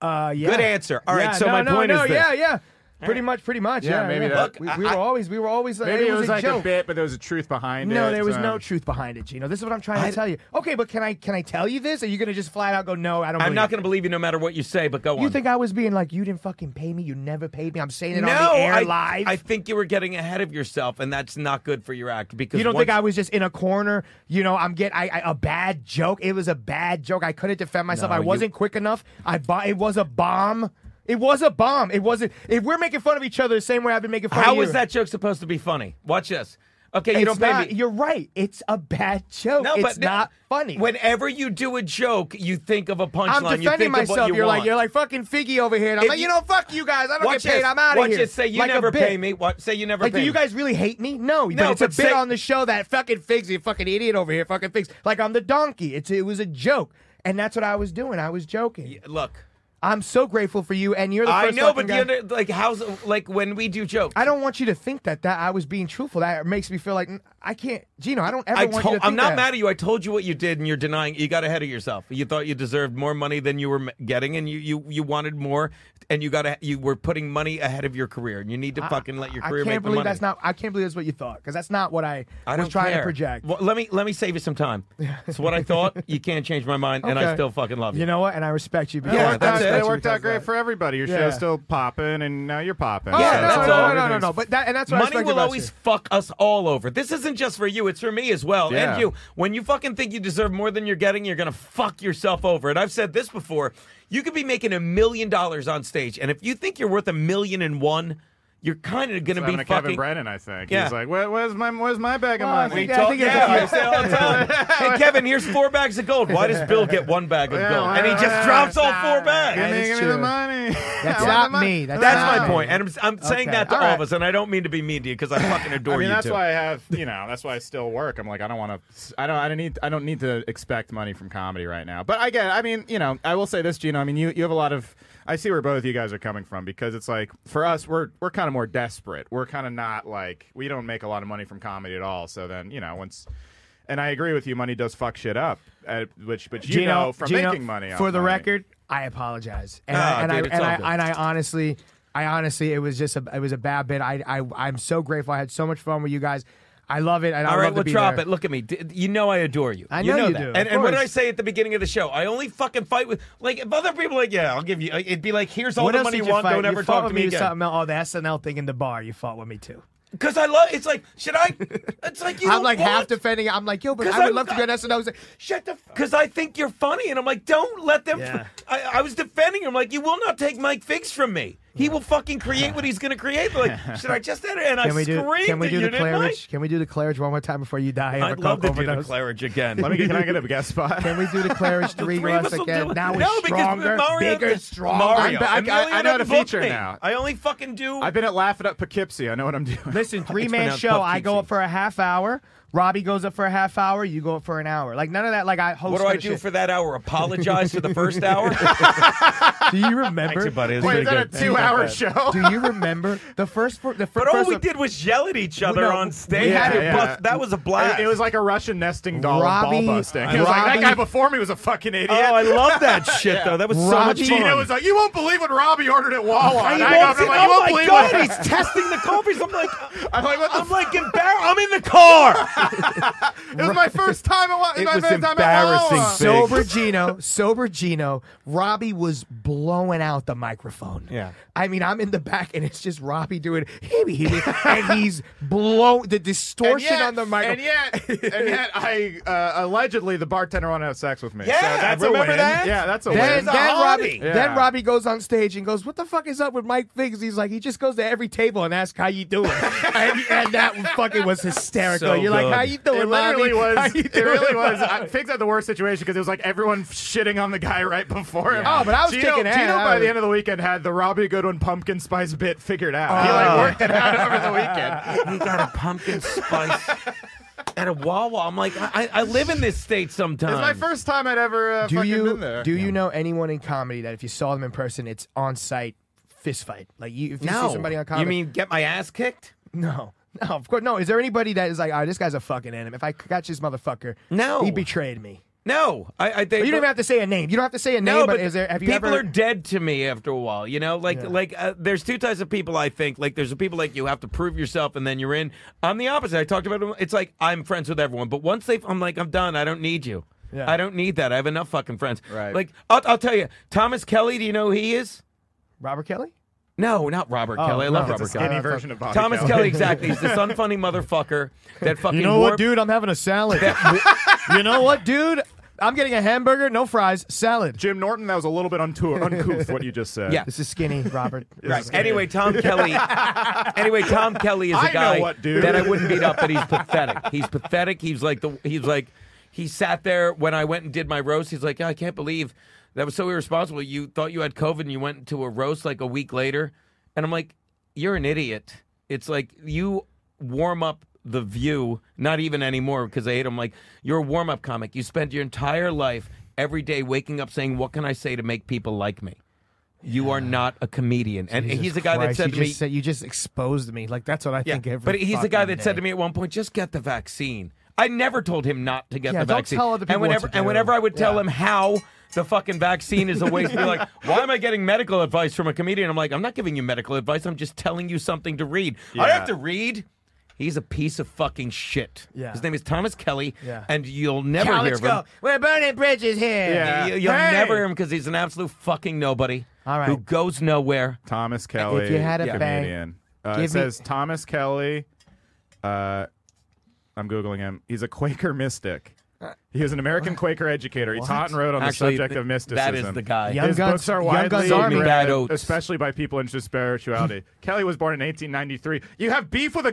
Uh, yeah. Good answer. All right, Yeah, so no, my no, point no, is this. yeah, yeah. Pretty much, pretty much. Yeah, Yeah, maybe yeah. that- we, we were always, we were always. Maybe it was a like joke. a bit, but there was a truth behind it. No, there was so- no truth behind it, Gino. This is what I'm trying to tell you. Okay, but can I can I tell you this? Are you gonna just flat out go no? I don't. I'm not believe going to believe you no matter what you say, but go it." You on. think I was being like you didn't fucking pay me? You never paid me. I'm saying it no, on the air I, live. I think you were getting ahead of yourself, and that's not good for your act. Because you don't once- think I was just in a corner? You know, I'm getting I, I, a bad joke. It was a bad joke. I couldn't defend myself. No, I you- wasn't quick enough. I bo- it was a bomb. It was a bomb. It wasn't. If we're making fun of each other the same way I've been making fun of How you, was that joke supposed to be funny? Watch this. Okay, you It's don't pay not- me. You're right. It's a bad joke. no, it's but no- not funny. Whenever you do a joke, you think of a I'm punchline. You defending think of myself. what you You are like want. you're like fucking Figgy over here. And I'm If like, you you- know, fuck you guys. I don't Watch get paid. this. I'm out of Watch here. this. Say you Like a never bit. pay me. What? Say you never Like, pay do me. you guys really hate me? No, No, but it's a but bit say- on the show that fucking figs you fucking idiot over here, fucking figs. Like I'm the donkey. It's it was a joke, and that's what I was doing. I was joking. Look, I'm so grateful for you, and you're the I first. know, fucking but guy- the other, like, how's like when we do jokes? I don't want you to think that that I was being truthful. That makes me feel like mm, I can't, Gino. I don't ever I want told, you to. I'm think not that. mad at you. I told you what you did, and you're denying. You got ahead of yourself. You thought you deserved more money than you were m- getting, and you you you wanted more, and you got a, you were putting money ahead of your career, and you need to fucking let your I career can't make the believe money. that's not. I can't believe that's what you thought because that's not what I, I was don't trying care. to project. Well, let me let me save you some time. It's what I thought. you can't change my mind, and I Okay. still fucking love you. You know what? And I respect you. because It Yeah, worked that's out, it. it That's worked out great for everybody. Your Yeah. show's still popping, and now you're popping. Oh, Yeah, no, that's no, all. no, no, no, no, But that and that's what I Money respect will about always you. fuck us all over. This isn't just for you; it's for me as well Yeah. and you. When you fucking think you deserve more than you're getting, you're gonna fuck yourself over. And I've said this before: you could be making a million dollars on stage, and if you think you're worth a million and one, you're kind of gonna be Having a Kevin fucking. Brennan, I think. Yeah. He's like, Where, where's my where's my bag of Well, I money? think that- I think it's yeah, a few- I say it all the time. hey, Kevin, here's four bags of gold. Why does Bill get one bag of Yeah, gold? why- And he just drops all four Give bags. me, That is give me the true. money. That's I want not the mon- me. That's That's my Wow. point, and I'm, I'm saying Okay, that to all all of right. us, and I don't mean to be mean to you because I fucking adore I mean, you that's too. why I have, you know, that's why I still work. I'm like, I don't want to, I don't, I don't need, I don't need to expect money from comedy right now. But I get, it. I mean, you know, I will say this, Gino. I mean, you, you have a lot of, I see where both you guys are coming from because it's like for us, we're we're kind of more desperate. We're kind of not like we don't make a lot of money from comedy at all. So then, you know, once. And I agree with you. Money does fuck shit up, uh, which but you know from Gino, making money. off For the money. record, I apologize, and, Ah, I, and, dude, I, it's and, all I, good. and I honestly, I honestly, it was just a, it was a bad bit. I, I, I'm so grateful. I had so much fun with you guys. I love it, and I All love right, to we'll be drop there. it. Look at me. D- you know I adore you. I know you that. do, of And, and what did course. I say at the beginning of the show? I only fucking fight with like if other people are like yeah, I'll give you. It'd be like here's all What the else money did you want. fight? Don't You ever fought talk with to me with again. Something else. Oh, the SNL thing in the bar. You fought with me too. because I love. It's like should I? It's like you. I'm don't like want- half defending. it. I'm like, yo, but 'Cause I would I'm- love to be on SNL. He's like, shut the. F-. Because I think you're funny, and I'm like, don't let them. Yeah. I, I was defending him, like, you will not take Mike Figs from me. He will fucking create what he's going to create. But, Like, should I just enter? And I Can we do? screamed. Can we at do you, the didn't I? Claridge? Can we do the Claridge one more time before you die? of a I'd love to coke do the overdose? Claridge again. Let me get, can I get a guest spot? Can we do the Claridge three Three glass of us will again? do it. Now we're no, because stronger, Mario, bigger, stronger. Mario, I- I- Emilio I know how to didn't book feature me. now. I only fucking do. I've been at laughing up Poughkeepsie. I know what I'm doing. Listen, three man pronounced show. I Poughkeepsie. go up for a half hour. Robbie goes up for a half hour. You go up for an hour. Like none of that. Like I host. what do I none of do shit. for that hour? Apologize for the first hour? Do you remember? Actually, buddy, it's Wait, pretty is that good. a two-hour show? Do you remember the first? For, the fir- But all first we of- did was yell at each other no, on we stage. had It it. bust- That was a blast. It, it was like a Russian nesting doll Robbie- ball busting. It was like that Robbie- guy before me was a fucking idiot. Oh, I love that shit though. That was so much Robbie- fun. Gino was like, "You won't believe what Robbie ordered at Wawa." He And I go up walks and in, oh I'm like, "You won't my believe god, what." he's testing the coffees. I'm like, I'm like, "What the I'm like embarrassed. I'm in the car. It was my first time. At, Wa- It my was first time at embarrassing. Wawa. So- Sober Gino, sober Gino. Robbie was blowing out the microphone. Yeah. I mean, I'm in the back, and it's just Robbie doing, and he's blow the And distortion yet, on the and microphone. yet, and yet, I uh, allegedly the bartender wanted to have sex with me. Yeah, so that's a remember win. that? Yeah, that's a Then, There's a win. then hottie. Robbie, Yeah. then Robbie goes on stage and goes, "What the fuck is up with Mike Figs?" He's like, he just goes to every table and asks how you doing, and, and that fucking was hysterical. So You're like, good. how you doing? It literally Robbie? How was. you It really doing?" was. I, Figs had the worst situation because it was like everyone shitting on the guy right before him. Oh, but I was Gino, kicking ass. Gino I by was- the end of the weekend had the Robbie Goodwin pumpkin spice bit figured out. he Oh. like worked it out over the weekend. he got a pumpkin spice at a Wawa. I'm like, I, I live in this state It sometimes. was my first time I'd ever uh, do fucking you been there. do you know anyone in comedy that if you saw them in person, it's on site fist fight? Like you, if you no. see somebody on comedy, you mean get my ass kicked? no, no, of course, no. Is there anybody that is like, all right, this guy's a fucking enemy. If I catch this motherfucker, No. he betrayed me. No, I. I they, You don't even have to say a name. You don't have to say a name. No, but, is there? Have you people ever? are dead to me after a while. You know, like like uh, there's two types of people. I think like there's the people like you have to prove yourself and then you're in. I'm the opposite. I talked about it. It's like I'm friends with everyone, but once they, I'm like I'm done. I don't need you. Yeah. I don't need that. I have enough fucking friends. Right. Like I'll, I'll tell you, Thomas Kelly. Do you know who he is? Robert Kelly. No, not Robert Kelly. I Oh, love no, Robert it's a Kelly. Any Uh, version of Bobby Thomas Kelly, exactly. He's this unfunny motherfucker that fucking. warp- dude? I'm having a salad. you know what, dude? I'm getting a hamburger, no fries, salad. Jim Norton, that was a little bit unto- uncouth what you just said. Yeah. This is skinny, Robert. Right. Anyway, Tom Kelly. Anyway, Tom Kelly is I a know guy what, dude. that I wouldn't beat up, but he's pathetic. He's pathetic. He's like the. He's like. He sat there when I went and did my roast. He's like, I can't believe that was so irresponsible. You thought you had COVID and you went to a roast like a week later, and I'm like, you're an idiot. It's like you warm up the view, not even anymore because I hate him. Like you're a warm up comic. You spend your entire life every day waking up saying, what can I say to make people like me? You are not a comedian. And Jesus he's a guy Christ, that you said to just me, said- you just exposed me. Like that's what I think. yeah, Every but he's the guy that fucking said day. to me at one point, just get the vaccine. I never told him not to get Yeah, the don't vaccine. tell other people and what whenever to and do. whenever I would tell Yeah. him how the fucking vaccine is a waste, he'd be like, "Why am I getting medical advice from a comedian?" I'm like, "I'm not giving you medical advice. I'm just telling you something to read. I don't have to read." He's a piece of fucking shit. Yeah. His name is Thomas Kelly, Yeah. and you'll never Now hear let's of him. go. We're burning bridges here. Yeah. You- You'll Hey! never hear him because he's an absolute fucking nobody All right. who goes nowhere. Thomas Kelly. If you had a comedian. bang, Uh, give me- it says Thomas Kelly. Uh, I'm googling him. He's a Quaker mystic. He was an American Quaker educator. He taught and wrote on Actually, the subject of th- that mysticism. is the guy. Young His Guns- books are Young widely Guns Army. read, Bad oats. especially by people interested in spirituality. Kelly was born in 1893. You have beef with a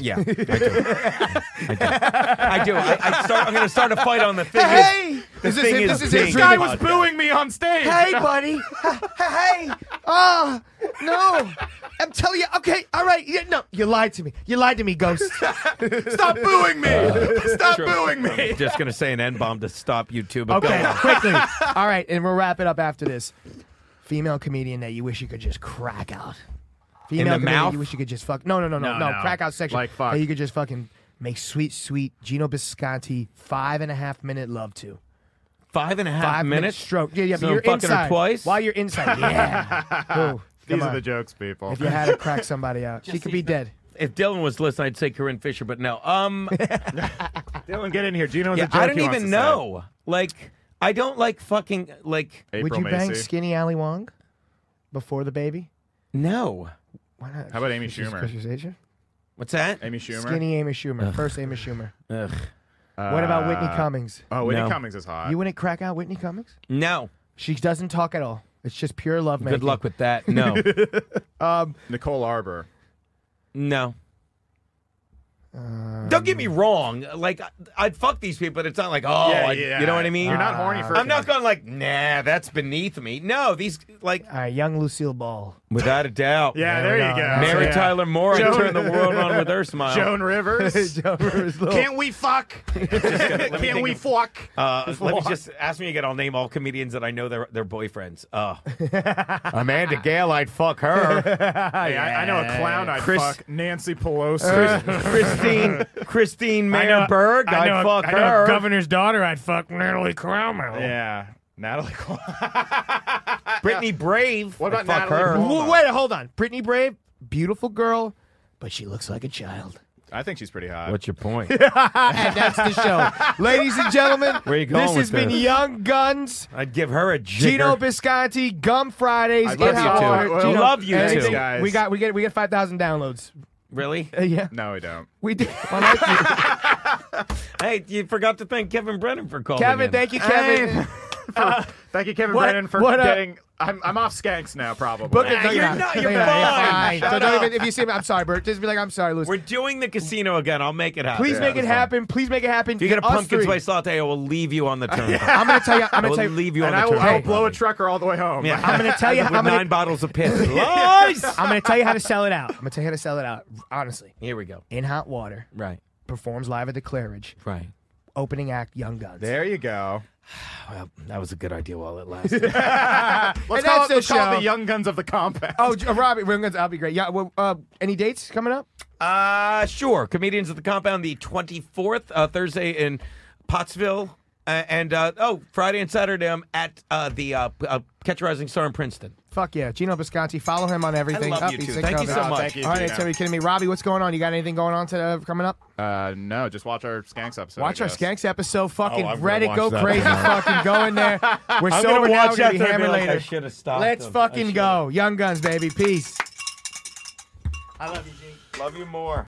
Yeah, I do. I do. I do. I, I start, I'm going to start a fight on the thing. Hey, the this is thing it- is, this is it. big. This guy was Podcast. booing me on stage. Hey, buddy. hey. Oh, no. I'm telling you. Okay. All right. Yeah, no, you lied to me. You lied to me, ghost. Stop booing me! Stop booing me! I'm just going to say an N bomb to stop you two. But Okay. go on. quickly. All right. And we'll wrap it up after this. Female comedian that you wish you could just crack out. Female the comedian mouth? you wish you could just fuck. No, no, no, no, no. No, no. Crack out section. Like, fuck. That you could just fucking make sweet, sweet Gino Bisconti five and a half minute love to. Five and a half Five minute minutes. stroke. Yeah, yeah. So but you're fucking her inside. twice? While you're inside. Yeah. Ooh, These come are on. the jokes, people. If you had to crack somebody out, she could be dead. If Dylan was listening, I'd say Corinne Fisher, but no. Um, Dylan, get in here. Gino has yeah, a joke I don't he wants even to say. know. Like, I don't like fucking like. April Would you bang Macy. Skinny Ali Wong before the baby? No, Why not? How about Amy She's Schumer? Christmas Asian? What's that? Amy Schumer. Uh, Skinny Amy Schumer. First Amy Schumer. Ugh. What about Whitney Cummings? Oh, Whitney No. Cummings is hot. You wouldn't crack out Whitney Cummings? No. She doesn't talk at all. It's just pure love making. Good luck with that. No. Nicole Arbor. No. Don't get me wrong. Like I- I'd fuck these people, but it's not like oh, I- you know what I mean. You're not horny for. I'm not going like nah. That's beneath me. No, these like All right, young Lucille Ball. without a doubt. Yeah, there you go. Mary Yeah. Tyler Moore and Joan- turn the world on with her smile. Joan Rivers. Joan Rivers Little. Can't we fuck? Can't we fuck? Oh, Uh, let me just ask me again. I'll name all comedians that I know their their boyfriends. Uh, Amanda Gale, I'd fuck her. Hey, I, I know a clown I'd Chris- fuck. Nancy Pelosi. Christine Christine Mayer Berg, I'd fuck I know her. a governor's daughter. I'd fuck Natalie Cromwell. yeah. Natalie Cole. Brittany Brave, What I'd about fuck Natalie her. Portman? Wait, wait, hold on. Brittany Brave, beautiful girl, but she looks like a child. I think she's pretty hot. What's your point? and that's the show. Ladies and gentlemen, Where you this going has with been this? Young Guns, I'd give her a jigger. Gino Bisconti, Gum Fridays. I Get love you Out too. Hard, Well, Gino- love you Hey, too. guys. We got we get we get five thousand downloads. Really? Uh, yeah, No, we don't. we did. On iTunes. Hey, you forgot to thank Kevin Brennan for calling. Kevin, in. thank you, Kevin. Thank you, Kevin What- Brennan, for what, uh, getting. I'm, I'm off skanks now, probably. Book it. Ah, No, you're not. You're No, fine. So Shut don't up. even, if you see me, I'm sorry, Bert. Just be like, I'm sorry, Louis. We're doing the casino again. I'll make it happen. Please Yeah, make it that's fine. happen. Please make it happen. If you get a Us pumpkin three. spice latte, I will leave you on the turnpike. I'm gonna tell you. I'm I gonna will tell you. leave you on and the I will, turnpike. I will blow a trucker all the way home. Yeah. I'm gonna tell you. with I'm gonna, nine bottles of piss. Lies. I'm gonna tell you how to sell it out. I'm gonna tell you how to sell it out. Honestly, Here we go. in hot water Right. performs live at the Claridge. Right. Opening act, Young Guns. There you go. Well, that was a good idea while it lasted. Let's, And call that's it, let's the call it show. the Young Guns of the Compact. Oh, J- uh, Robbie, Young Guns. I'll be great. Yeah. Well, uh, any dates coming up? uh, sure. Comedians at the Compound the 24th, uh, Thursday in Pottsville. Uh, and, uh, oh, Friday and Saturday I'm at uh, the uh, p- uh, Catch a Rising Star in Princeton. Fuck yeah, Gino Bisconti. Follow him on everything. love Up, you he's two. sick Thank you of it. so Oh, much. Thank you, All right, Gino. so are you kidding me, Robbie? What's going on? You got anything going on to, uh, coming up? Uh, no, just watch our Skanks episode. Watch I our guess. Skanks episode. Fucking Oh, I'm gonna Reddit, watch go that crazy. tonight. fucking go in there. We're I'm sober gonna now. watch We're gonna be after I hammered be like, I later. should have stopped. Let's him. I fucking shoulda. go, Young Guns, baby. Peace. Love you more.